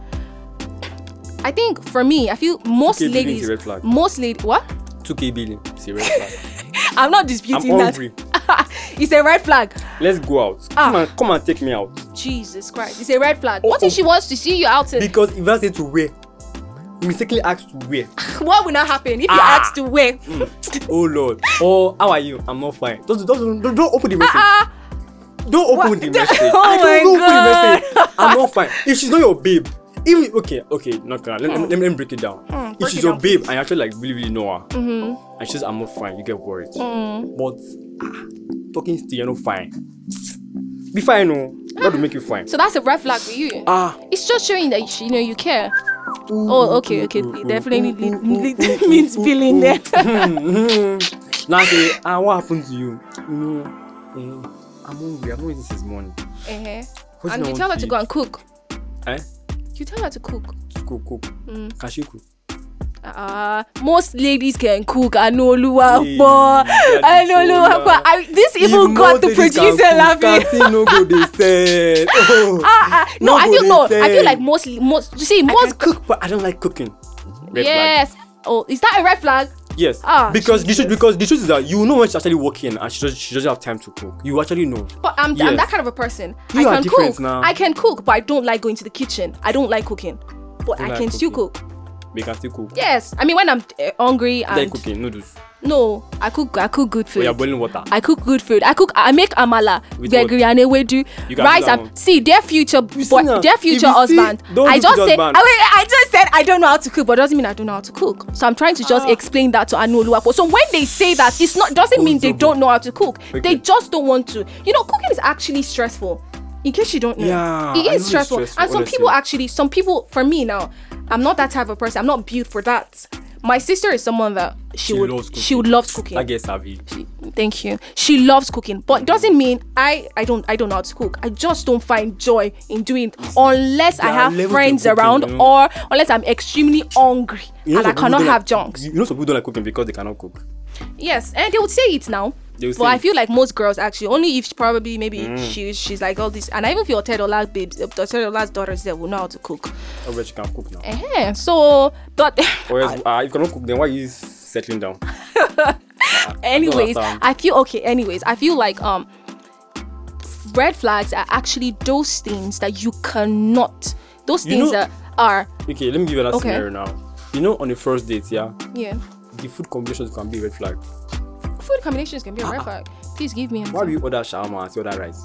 [SPEAKER 1] I think for me, I feel most
[SPEAKER 2] Okay, bleeding
[SPEAKER 1] ladies,
[SPEAKER 2] is a red flag.
[SPEAKER 1] most lady, what?
[SPEAKER 2] 2k billion. Seriously.
[SPEAKER 1] I'm not
[SPEAKER 2] I'm
[SPEAKER 1] disputing that.
[SPEAKER 2] hungry.
[SPEAKER 1] it's a red flag.
[SPEAKER 2] Let's go out.
[SPEAKER 1] Ah.
[SPEAKER 2] Come and come and take me out.
[SPEAKER 1] Jesus Christ, it's a red flag. what
[SPEAKER 2] Oh,
[SPEAKER 1] if she wants to see you out? in-
[SPEAKER 2] Because if I say to wear, you mistakenly ask to wear.
[SPEAKER 1] what will not happen if you
[SPEAKER 2] Ah.
[SPEAKER 1] ask to wait?
[SPEAKER 2] Oh lord. Oh, how are you? I'm not fine. Don't don't don't, don't open the message.
[SPEAKER 1] Ah,
[SPEAKER 2] don't open
[SPEAKER 1] What?
[SPEAKER 2] the message.
[SPEAKER 1] Oh
[SPEAKER 2] I don't
[SPEAKER 1] my
[SPEAKER 2] don't
[SPEAKER 1] God.
[SPEAKER 2] open the message. I'm not fine. If she's not your babe, even okay, okay, not gonna let, let, me- let me break it down.
[SPEAKER 1] Hmm. break
[SPEAKER 2] if she's
[SPEAKER 1] it
[SPEAKER 2] your
[SPEAKER 1] down, Mm-hmm.
[SPEAKER 2] babe and you actually like really really know her, and she's I'm not fine, you get worried.
[SPEAKER 1] Hmm.
[SPEAKER 2] But ah, talking still, you're not fine. Be fine, no. God will make you fine.
[SPEAKER 1] so that's a red flag for you.
[SPEAKER 2] Ah,
[SPEAKER 1] it's just showing that you, you know you care. Oh, okay, okay. It definitely le- le- means feeling that.
[SPEAKER 2] hmm, now say, ah, what happened to you? No, eh, I'm hungry. I'm not eating since morning. What
[SPEAKER 1] Uh-huh. And
[SPEAKER 2] do
[SPEAKER 1] you
[SPEAKER 2] want
[SPEAKER 1] tell her to
[SPEAKER 2] eat?
[SPEAKER 1] go and cook.
[SPEAKER 2] Eh?
[SPEAKER 1] You tell her to cook.
[SPEAKER 2] Cook, cook.
[SPEAKER 1] Mm.
[SPEAKER 2] Can she cook?
[SPEAKER 1] Uh, most ladies can cook Anoluwapo.
[SPEAKER 2] Hey, that is so
[SPEAKER 1] Anoluwapo.
[SPEAKER 2] loud.
[SPEAKER 1] I This
[SPEAKER 2] If
[SPEAKER 1] even got
[SPEAKER 2] not,
[SPEAKER 1] the
[SPEAKER 2] ladies can
[SPEAKER 1] producer
[SPEAKER 2] cook,
[SPEAKER 1] laughing.
[SPEAKER 2] can see no go dey sell. Oh.
[SPEAKER 1] Ah, ah. No, I
[SPEAKER 2] Nobody
[SPEAKER 1] feel no. I feel
[SPEAKER 2] said.
[SPEAKER 1] like most, most. You see,
[SPEAKER 2] I can
[SPEAKER 1] most.
[SPEAKER 2] cook, but I don't like cooking. Red flag.
[SPEAKER 1] yes. Oh, is that a red flag?
[SPEAKER 2] Yes.
[SPEAKER 1] Ah,
[SPEAKER 2] because the truth, because the truth is that you know when she's actually working and she doesn't, she doesn't have time to cook. You actually know.
[SPEAKER 1] But I'm, I'm
[SPEAKER 2] Yes.
[SPEAKER 1] that kind of a person.
[SPEAKER 2] You
[SPEAKER 1] I
[SPEAKER 2] are
[SPEAKER 1] can
[SPEAKER 2] different
[SPEAKER 1] cook.
[SPEAKER 2] now.
[SPEAKER 1] I can cook, but I don't like going to the kitchen. I don't like cooking, but I
[SPEAKER 2] like
[SPEAKER 1] can still
[SPEAKER 2] cooking.
[SPEAKER 1] cook.
[SPEAKER 2] We can still cook.
[SPEAKER 1] Yes, I mean when I'm uh, hungry
[SPEAKER 2] I like
[SPEAKER 1] and
[SPEAKER 2] cooking noodles.
[SPEAKER 1] no, I cook. I cook good
[SPEAKER 2] But
[SPEAKER 1] food.
[SPEAKER 2] you're boiling water.
[SPEAKER 1] I cook good food. I cook. I make amala,
[SPEAKER 2] With
[SPEAKER 1] veggie and ewedu,
[SPEAKER 2] You can do
[SPEAKER 1] rice
[SPEAKER 2] that
[SPEAKER 1] and
[SPEAKER 2] one.
[SPEAKER 1] see their future, boy,
[SPEAKER 2] You see now,
[SPEAKER 1] their
[SPEAKER 2] if you
[SPEAKER 1] future
[SPEAKER 2] see,
[SPEAKER 1] husband.
[SPEAKER 2] don't
[SPEAKER 1] I
[SPEAKER 2] look
[SPEAKER 1] just
[SPEAKER 2] at
[SPEAKER 1] said. I,
[SPEAKER 2] husband.
[SPEAKER 1] wait, I just said I don't know how to cook, but doesn't mean I don't know how to cook. So I'm trying to
[SPEAKER 2] Ah.
[SPEAKER 1] just explain that to Anoluwapo. So when they say that, it's not doesn't mean they
[SPEAKER 2] Ozobo.
[SPEAKER 1] don't know how to cook. They
[SPEAKER 2] Okay.
[SPEAKER 1] just don't want to. You know, cooking is actually stressful. in case you don't know
[SPEAKER 2] Yeah, I
[SPEAKER 1] it
[SPEAKER 2] know
[SPEAKER 1] is
[SPEAKER 2] it's
[SPEAKER 1] stressful.
[SPEAKER 2] stressful,
[SPEAKER 1] and some people
[SPEAKER 2] honestly.
[SPEAKER 1] actually some people for me now i'm not that type of person i'm not built for that my sister is someone that she,
[SPEAKER 2] She
[SPEAKER 1] would
[SPEAKER 2] loves cooking.
[SPEAKER 1] she would loves cooking
[SPEAKER 2] I guess Savvy.
[SPEAKER 1] thank you she loves cooking but doesn't mean i i don't i don't know how to cook i just don't find joy in doing it unless i
[SPEAKER 2] There are
[SPEAKER 1] have
[SPEAKER 2] levels to
[SPEAKER 1] friends
[SPEAKER 2] cooking,
[SPEAKER 1] around
[SPEAKER 2] you know.
[SPEAKER 1] or unless i'm extremely hungry
[SPEAKER 2] You know
[SPEAKER 1] and
[SPEAKER 2] some
[SPEAKER 1] i
[SPEAKER 2] people
[SPEAKER 1] cannot
[SPEAKER 2] don't
[SPEAKER 1] have
[SPEAKER 2] like,
[SPEAKER 1] junks
[SPEAKER 2] You know some people don't like cooking because they cannot cook.
[SPEAKER 1] yes and they would say it now
[SPEAKER 2] They would
[SPEAKER 1] but
[SPEAKER 2] say
[SPEAKER 1] I
[SPEAKER 2] it. Mm.
[SPEAKER 1] feel like most girls actually only if she probably maybe she she's like all this and I even feel Tedola babes Tedola's daughters there will know how to cook.
[SPEAKER 2] I bet you can cook now.
[SPEAKER 1] Eh, So but
[SPEAKER 2] Or else, uh, if you cannot cook, then why are you settling down?
[SPEAKER 1] anyways
[SPEAKER 2] understand.
[SPEAKER 1] i feel okay anyways i feel like um red flags are actually those things that you cannot those
[SPEAKER 2] You
[SPEAKER 1] things
[SPEAKER 2] know-
[SPEAKER 1] that are
[SPEAKER 2] Okay, let me give you another
[SPEAKER 1] Okay.
[SPEAKER 2] scenario now. You know, on the first date, yeah,
[SPEAKER 1] yeah
[SPEAKER 2] the food combinations can be red flag.
[SPEAKER 1] food combinations can be a red flag please give me
[SPEAKER 2] Ah. Why
[SPEAKER 1] a
[SPEAKER 2] will you order shawarma and you order rice?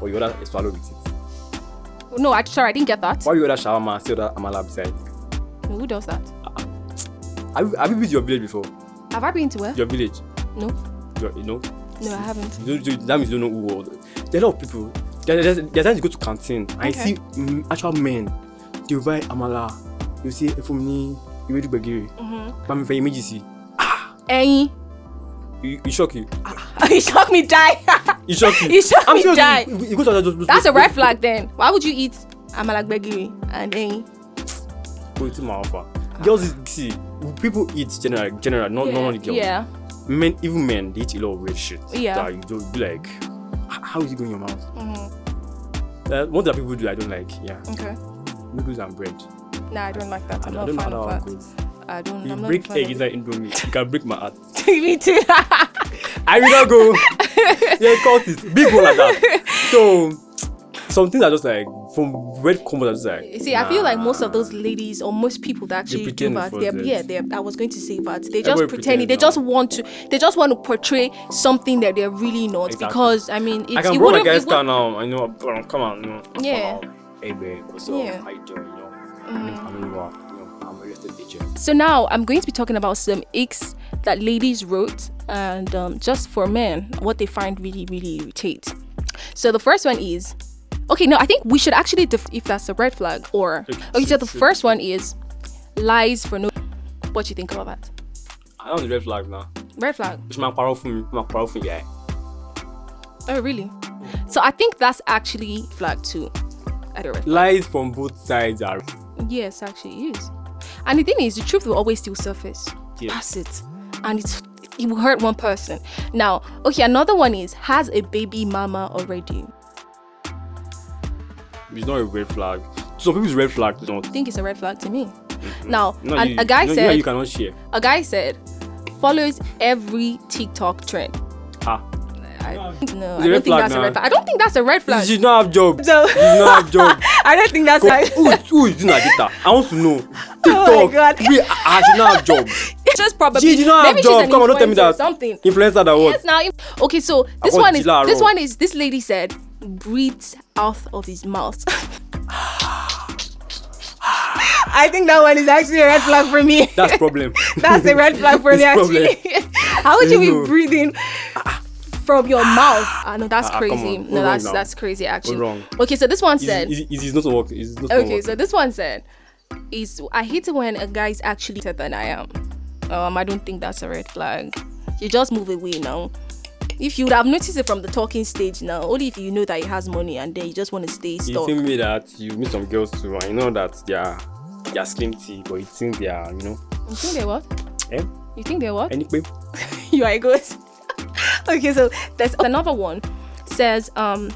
[SPEAKER 2] Or you order a swallow with it?
[SPEAKER 1] no i sorry i didn't get that
[SPEAKER 2] Why will you order shawarma and you order amala beside? it?
[SPEAKER 1] who does that
[SPEAKER 2] Have you, have you been to your village before?
[SPEAKER 1] have i been to where
[SPEAKER 2] Your village?
[SPEAKER 1] no
[SPEAKER 2] Your, you know?
[SPEAKER 1] no i haven't
[SPEAKER 2] You don't, you, that means you don't know who ordered. There are a lot of people. There, there, there are times you go to canteen and
[SPEAKER 1] Okay.
[SPEAKER 2] you see mm, actual men. They will buy amala. You see efumni, you do bagiri.
[SPEAKER 1] Mm-hmm.
[SPEAKER 2] Bami fe imeji si.
[SPEAKER 1] any
[SPEAKER 2] You you shock you.
[SPEAKER 1] you shock me die
[SPEAKER 2] You shock you.
[SPEAKER 1] You shock
[SPEAKER 2] I'm
[SPEAKER 1] me,
[SPEAKER 2] serious.
[SPEAKER 1] die.
[SPEAKER 2] You- you go to those-
[SPEAKER 1] that's a
[SPEAKER 2] those-
[SPEAKER 1] red flag then why would you eat amalagbegiri and any
[SPEAKER 2] Go to my offer. Girls is see people eat general general not not only girls.
[SPEAKER 1] yeah
[SPEAKER 2] Men even men they eat a lot of weird shit.
[SPEAKER 1] Yeah.
[SPEAKER 2] That you don't be like "H- how is it going in your mouth?
[SPEAKER 1] Mm-hmm.
[SPEAKER 2] Uh, what that people do I don't like. Yeah.
[SPEAKER 1] okay
[SPEAKER 2] Noodles and bread.
[SPEAKER 1] no i don't like that i'm
[SPEAKER 2] I
[SPEAKER 1] not a
[SPEAKER 2] don't know
[SPEAKER 1] fan
[SPEAKER 2] how
[SPEAKER 1] of
[SPEAKER 2] that
[SPEAKER 1] that
[SPEAKER 2] goes.
[SPEAKER 1] i don't
[SPEAKER 2] You
[SPEAKER 1] i'm not a
[SPEAKER 2] break
[SPEAKER 1] fan
[SPEAKER 2] egg
[SPEAKER 1] of
[SPEAKER 2] inside indomie. You can break my heart.
[SPEAKER 1] me too.
[SPEAKER 2] I will not go. yeah, cut it. Big one like that. So some things are just like from red combos are just like.
[SPEAKER 1] See, I feel like most of
[SPEAKER 2] nah.
[SPEAKER 1] those ladies or most people that actually do
[SPEAKER 2] pretend
[SPEAKER 1] that,
[SPEAKER 2] for
[SPEAKER 1] they're
[SPEAKER 2] this.
[SPEAKER 1] yeah, they're. I was going to say that they just
[SPEAKER 2] Everybody
[SPEAKER 1] pretending. They
[SPEAKER 2] pretends now.
[SPEAKER 1] just want to. They just want to portray something that they're really not.
[SPEAKER 2] Exactly.
[SPEAKER 1] Because I mean, it's,
[SPEAKER 2] I can
[SPEAKER 1] it
[SPEAKER 2] roll
[SPEAKER 1] wouldn't.
[SPEAKER 2] the guy's
[SPEAKER 1] it would-
[SPEAKER 2] car now. I know. um, Come on. You know, come
[SPEAKER 1] Yeah.
[SPEAKER 2] on. Hey babe, what's up?
[SPEAKER 1] Yeah. Mm.
[SPEAKER 2] How you doing? You know, I'm in work. You know, I'm a little bitch.
[SPEAKER 1] so now I'm going to be talking about some icks that ladies wrote and um, just for men, what they find really really irritates. So the first one is, okay, no, I think we should actually def- if that's a red flag or
[SPEAKER 2] Okay,
[SPEAKER 1] okay. So
[SPEAKER 2] shoot,
[SPEAKER 1] the
[SPEAKER 2] shoot.
[SPEAKER 1] first one is lies for no. What you think about that?
[SPEAKER 2] I know the red flag now.
[SPEAKER 1] Red flag.
[SPEAKER 2] Which man quarrel for me? Man quarrel for yeah.
[SPEAKER 1] Oh, really? So I think that's actually flag two. I don't know.
[SPEAKER 2] Lies from both sides are.
[SPEAKER 1] Yes, actually it is. And the thing is, the truth will always still surface.
[SPEAKER 2] Yeah.
[SPEAKER 1] That's it. And it's it will hurt one person. Now, okay, another one is has a baby mama already.
[SPEAKER 2] It's not a red flag. Some people's red flag is not.
[SPEAKER 1] I think it's a red flag to me. Now,
[SPEAKER 2] Mm-hmm. No,
[SPEAKER 1] and
[SPEAKER 2] you,
[SPEAKER 1] a guy
[SPEAKER 2] no,
[SPEAKER 1] said,
[SPEAKER 2] you, you cannot share.
[SPEAKER 1] a guy said, follows every TikTok trend.
[SPEAKER 2] Ah,
[SPEAKER 1] I, no, I
[SPEAKER 2] red
[SPEAKER 1] don't think
[SPEAKER 2] flag
[SPEAKER 1] that's a
[SPEAKER 2] now.
[SPEAKER 1] red flag. I don't think that's a red
[SPEAKER 2] you
[SPEAKER 1] flag.
[SPEAKER 2] should not have job. You
[SPEAKER 1] So-
[SPEAKER 2] should not have job.
[SPEAKER 1] I don't think that's
[SPEAKER 2] Go,
[SPEAKER 1] right.
[SPEAKER 2] who, who is doing Agita? I want to know. TikTok.
[SPEAKER 1] Oh God.
[SPEAKER 2] We, I, I should not have job.
[SPEAKER 1] just probably
[SPEAKER 2] She did not have
[SPEAKER 1] maybe she's
[SPEAKER 2] job.
[SPEAKER 1] an
[SPEAKER 2] Come on, don't tell me
[SPEAKER 1] influencer or
[SPEAKER 2] that.
[SPEAKER 1] something.
[SPEAKER 2] Influencer that what?
[SPEAKER 1] Yes, now. if- Okay, so this
[SPEAKER 2] want
[SPEAKER 1] one is
[SPEAKER 2] Gila
[SPEAKER 1] this
[SPEAKER 2] raw.
[SPEAKER 1] one is this lady said breathes out of his mouth. I think that one is actually a red flag for me.
[SPEAKER 2] That's problem.
[SPEAKER 1] That's a red flag for
[SPEAKER 2] It's
[SPEAKER 1] me actually. How would you
[SPEAKER 2] You
[SPEAKER 1] be
[SPEAKER 2] know.
[SPEAKER 1] breathing from your mouth? Ah, no, that's
[SPEAKER 2] Ah, ah, come
[SPEAKER 1] crazy.
[SPEAKER 2] on. We're
[SPEAKER 1] No,
[SPEAKER 2] wrong
[SPEAKER 1] that's
[SPEAKER 2] now.
[SPEAKER 1] that's crazy actually.
[SPEAKER 2] wrong.
[SPEAKER 1] Okay, so this one said.
[SPEAKER 2] It's, it's, it's not work. It's not
[SPEAKER 1] Okay,
[SPEAKER 2] work.
[SPEAKER 1] so this one said, "Is I hate it when a guy's actually better than I am. Um, I don't think that's a red flag. You just move away now. If you would have noticed it from the talking stage now, only if you know that he has money and then you just want to stay
[SPEAKER 2] You
[SPEAKER 1] stuck.
[SPEAKER 2] think me that you meet some girls too, and you know that they are they are slim tea, but you think they are, you know,
[SPEAKER 1] You think they're what?
[SPEAKER 2] eh?
[SPEAKER 1] You think they're what?
[SPEAKER 2] Any babe?
[SPEAKER 1] you are goes. okay, so there's
[SPEAKER 2] Oh.
[SPEAKER 1] another one says um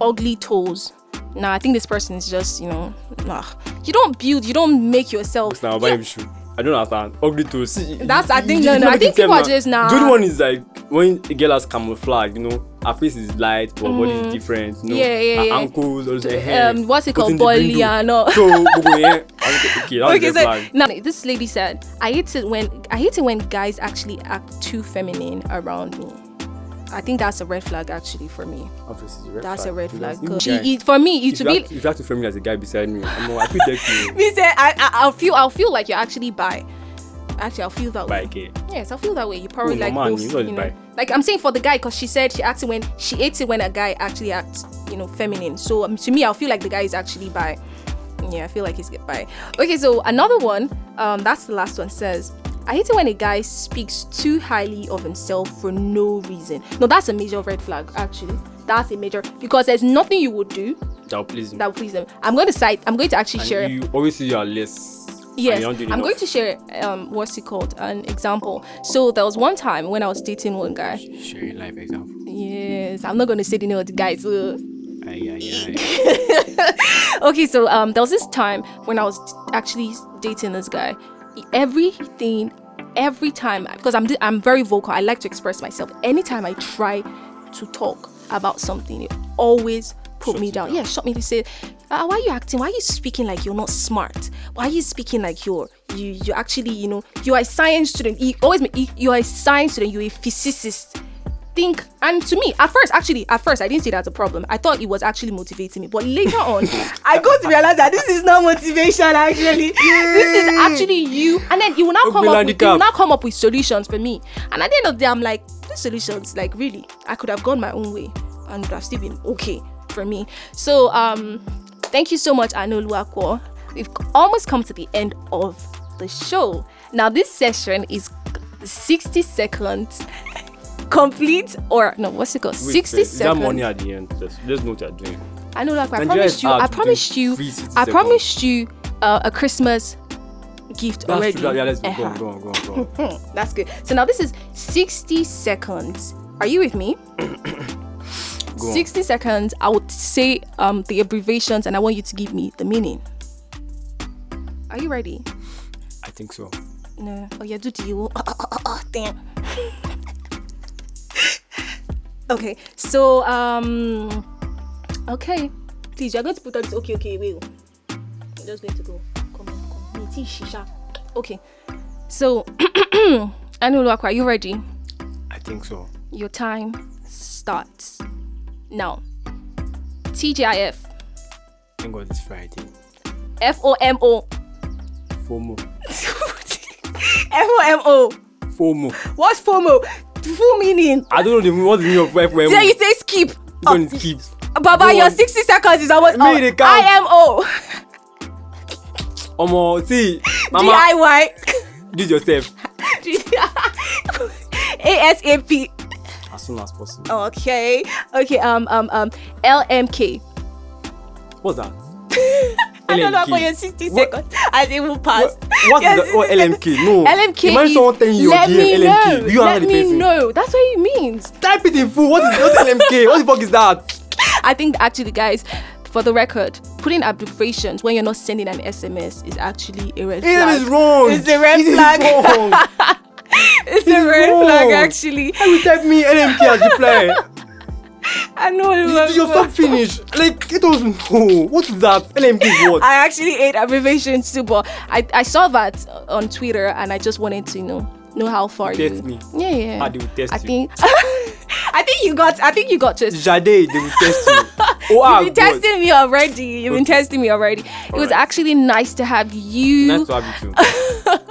[SPEAKER 1] ugly toes. Nah, I think this person is just you know, nah. You don't build, you don't make yourself.
[SPEAKER 2] Now buy him shoe. I don't understand. Ugly toes. See,
[SPEAKER 1] That's- I
[SPEAKER 2] you-
[SPEAKER 1] think-
[SPEAKER 2] you
[SPEAKER 1] no,
[SPEAKER 2] did
[SPEAKER 1] no,
[SPEAKER 2] not
[SPEAKER 1] I
[SPEAKER 2] make
[SPEAKER 1] think
[SPEAKER 2] it
[SPEAKER 1] people are
[SPEAKER 2] clear,
[SPEAKER 1] just, nah.
[SPEAKER 2] The other one is like when a girl has camouflage, you know, her face is light, but body is different. You know,
[SPEAKER 1] Mm. Yeah, yeah,
[SPEAKER 2] her
[SPEAKER 1] yeah.
[SPEAKER 2] ankles, all the hair.
[SPEAKER 1] Um, what's it
[SPEAKER 2] cut in
[SPEAKER 1] called?
[SPEAKER 2] the
[SPEAKER 1] Boily
[SPEAKER 2] window.
[SPEAKER 1] and all.
[SPEAKER 2] So, bobo, yeah. Okay, that's
[SPEAKER 1] okay,
[SPEAKER 2] red
[SPEAKER 1] so
[SPEAKER 2] flag.
[SPEAKER 1] now this lady said, I hate it when I hate it when guys actually act too feminine around me. I think that's a red flag actually for me.
[SPEAKER 2] Obviously, red
[SPEAKER 1] That's
[SPEAKER 2] flag.
[SPEAKER 1] a red flag.
[SPEAKER 2] Because
[SPEAKER 1] 'cause
[SPEAKER 2] you guy-
[SPEAKER 1] She, it, for me, it
[SPEAKER 2] If
[SPEAKER 1] to
[SPEAKER 2] you,
[SPEAKER 1] be
[SPEAKER 2] have, if you have to frame me as a guy beside me, I'm I feel deck you.
[SPEAKER 1] me say I, I I'll feel I'll feel like you're actually bi. Actually, I'll feel that
[SPEAKER 2] Bye,
[SPEAKER 1] way.
[SPEAKER 2] okay.
[SPEAKER 1] Yes, I'll feel that way. You probably
[SPEAKER 2] Ooh,
[SPEAKER 1] like
[SPEAKER 2] Norman,
[SPEAKER 1] both,
[SPEAKER 2] you
[SPEAKER 1] you
[SPEAKER 2] know it's
[SPEAKER 1] know.
[SPEAKER 2] bi.
[SPEAKER 1] Like I'm saying for the guy, because she said she acted when she ate it when a guy actually acts, you know, feminine. So um, to me, I feel like the guy is actually bi. Yeah, I feel like he's get bi. Okay, so another one. Um, that's the last one. Says, I hate it when a guy speaks too highly of himself for no reason. No, that's a major red flag. Actually, that's a major because there's nothing you would do
[SPEAKER 2] That'll please me.
[SPEAKER 1] that would please them. I'm going to cite. I'm going to actually
[SPEAKER 2] And
[SPEAKER 1] share. it.
[SPEAKER 2] You always see your list. and
[SPEAKER 1] Yes,
[SPEAKER 2] you
[SPEAKER 1] I'm
[SPEAKER 2] don't do enough.
[SPEAKER 1] going to share um, what's it called? An example. So there was one time when I was dating one guy.
[SPEAKER 2] share your life example.
[SPEAKER 1] Yes, I'm not going to say the name of the guy. So.
[SPEAKER 2] Aye, aye, aye.
[SPEAKER 1] Okay, so um, there was this time when I was actually dating this guy. Everything, every time, because I'm I'm very vocal. I like to express myself. Anytime I try to talk about something, it always put
[SPEAKER 2] Shuts
[SPEAKER 1] me
[SPEAKER 2] you
[SPEAKER 1] down.
[SPEAKER 2] down.
[SPEAKER 1] Yeah, shut me to say, uh, why are you acting? Why are you speaking like you're not smart? Why are you speaking like you're you you actually you know you are a science student. He always ma- he- you are a science student. You're a physicist. Think and to me at first actually at first I didn't see that as a problem. I thought it was actually motivating me, but later on I got to realize that this is not motivation actually. This is actually you, and then you will now
[SPEAKER 2] Don't
[SPEAKER 1] come
[SPEAKER 2] be
[SPEAKER 1] up with, you will
[SPEAKER 2] handicapped.
[SPEAKER 1] now come up with solutions for me. And at the end of the day, I'm like, these solutions, like really, I could have gone my own way and would have still been okay for me. So um thank you so much, Anoluakwo. We've almost come to the end of the show. Now this session is 60 seconds complete or no, what's it called?
[SPEAKER 2] Wait,
[SPEAKER 1] 60
[SPEAKER 2] first, is that
[SPEAKER 1] seconds.
[SPEAKER 2] money at the end? Just, just know what you're doing.
[SPEAKER 1] I know, like I
[SPEAKER 2] Nigeria
[SPEAKER 1] promised
[SPEAKER 2] is
[SPEAKER 1] you,
[SPEAKER 2] out
[SPEAKER 1] I
[SPEAKER 2] doing
[SPEAKER 1] promised you,
[SPEAKER 2] free city
[SPEAKER 1] I
[SPEAKER 2] second.
[SPEAKER 1] promised you uh, a Christmas gift
[SPEAKER 2] That's
[SPEAKER 1] already.
[SPEAKER 2] true. That, yeah, let's go,
[SPEAKER 1] Eh-ha.
[SPEAKER 2] go, on, go, on, go, on, go. on.
[SPEAKER 1] Hmm, that's good. So now this is 60 seconds. Are you with me?
[SPEAKER 2] Go on.
[SPEAKER 1] 60 seconds. I would say um, the abbreviations and I want you to give me the meaning. Are you ready?
[SPEAKER 2] I think so.
[SPEAKER 1] No. Oh, yeah, do the you. Oh, oh, oh, oh, damn. okay, so, um, okay. Please, you're going to put on this. Okay, okay, wait. I'm just going to go. Come on, come on. Me, tea, shisha. Okay, so, Anuluakwa, are you ready?
[SPEAKER 2] I think so.
[SPEAKER 1] Your time starts now. TGIF,
[SPEAKER 2] Thank God it's Friday.
[SPEAKER 1] FOMO,
[SPEAKER 2] FOMO.
[SPEAKER 1] FOMO.
[SPEAKER 2] FOMO.
[SPEAKER 1] What's FOMO? Full meaning.
[SPEAKER 2] I don't know the, what's the meaning of FOMO.
[SPEAKER 1] Then you say skip.
[SPEAKER 2] This one
[SPEAKER 1] Oh,
[SPEAKER 2] is keep.
[SPEAKER 1] Baba,
[SPEAKER 2] Go
[SPEAKER 1] your
[SPEAKER 2] on.
[SPEAKER 1] 60 seconds is almost
[SPEAKER 2] Make
[SPEAKER 1] up.
[SPEAKER 2] it count.
[SPEAKER 1] IMO,
[SPEAKER 2] Omo, see, Mama,
[SPEAKER 1] DIY,
[SPEAKER 2] do it yourself
[SPEAKER 1] ASAP.
[SPEAKER 2] as soon as possible.
[SPEAKER 1] Okay, okay. Um, um, um, LMK.
[SPEAKER 2] What's that?
[SPEAKER 1] Oh. I don't know
[SPEAKER 2] LMK.
[SPEAKER 1] about your 60
[SPEAKER 2] What-
[SPEAKER 1] seconds as it will pass.
[SPEAKER 2] What, what's
[SPEAKER 1] Your
[SPEAKER 2] the
[SPEAKER 1] 60
[SPEAKER 2] oh, LMK? No.
[SPEAKER 1] LMK
[SPEAKER 2] Imagine
[SPEAKER 1] is,
[SPEAKER 2] someone telling you
[SPEAKER 1] let
[SPEAKER 2] your DM,
[SPEAKER 1] me
[SPEAKER 2] LMK.
[SPEAKER 1] know.
[SPEAKER 2] Do you
[SPEAKER 1] let
[SPEAKER 2] have the
[SPEAKER 1] me
[SPEAKER 2] person?
[SPEAKER 1] know. That's what he means.
[SPEAKER 2] Type it in full. What is what's LMK? what the fuck is that?
[SPEAKER 1] I think actually, guys, for the record, putting abbreviations when you're not sending an SMS is actually a red
[SPEAKER 2] It
[SPEAKER 1] flag.
[SPEAKER 2] is wrong.
[SPEAKER 1] It's a red
[SPEAKER 2] It is
[SPEAKER 1] flag.
[SPEAKER 2] wrong.
[SPEAKER 1] It's a red
[SPEAKER 2] wrong.
[SPEAKER 1] flag, actually.
[SPEAKER 2] Why you type me LMK as reply?
[SPEAKER 1] I know. it was-
[SPEAKER 2] You're so finished. Like it was no. What is that? LMK is what?
[SPEAKER 1] I actually ate abbreviations too, but I, I saw that on Twitter and I just wanted to you know know how far you.
[SPEAKER 2] Test me.
[SPEAKER 1] Yeah, yeah.
[SPEAKER 2] Ah, they will test
[SPEAKER 1] I
[SPEAKER 2] you.
[SPEAKER 1] think. I think you got. I think you got to.
[SPEAKER 2] Jade, they will test you. Oh, ah,
[SPEAKER 1] You've been
[SPEAKER 2] God.
[SPEAKER 1] testing me already. You've been
[SPEAKER 2] Okay.
[SPEAKER 1] testing me already. it was
[SPEAKER 2] Alright.
[SPEAKER 1] actually nice to have you.
[SPEAKER 2] Nice to have you too.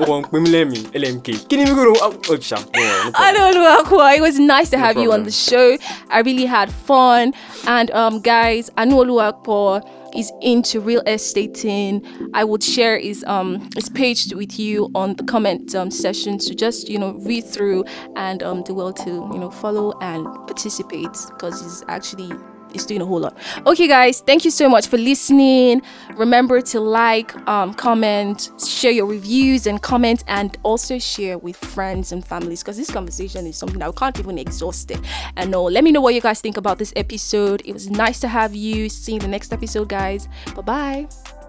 [SPEAKER 2] Oh, um, Pemilemi, LMK. Can you go to oh, sha, no, no problem.
[SPEAKER 1] I don't know, Akwa. It was nice to have you on
[SPEAKER 2] problem.
[SPEAKER 1] the show. I really had fun. And um, guys, Anuoluakpo is into real estating. I would share his um his page with you on the comment um, session to just you know read through and um do well to you know follow and participate because he's actually it's doing a whole lot. Okay, guys, thank you so much for listening. Remember to like, um, comment, share your reviews and comments, and also share with friends and families because this conversation is something I can't even exhaust it. And no, let me know what you guys think about this episode. It was nice to have you. See you in the next episode, guys. Bye bye.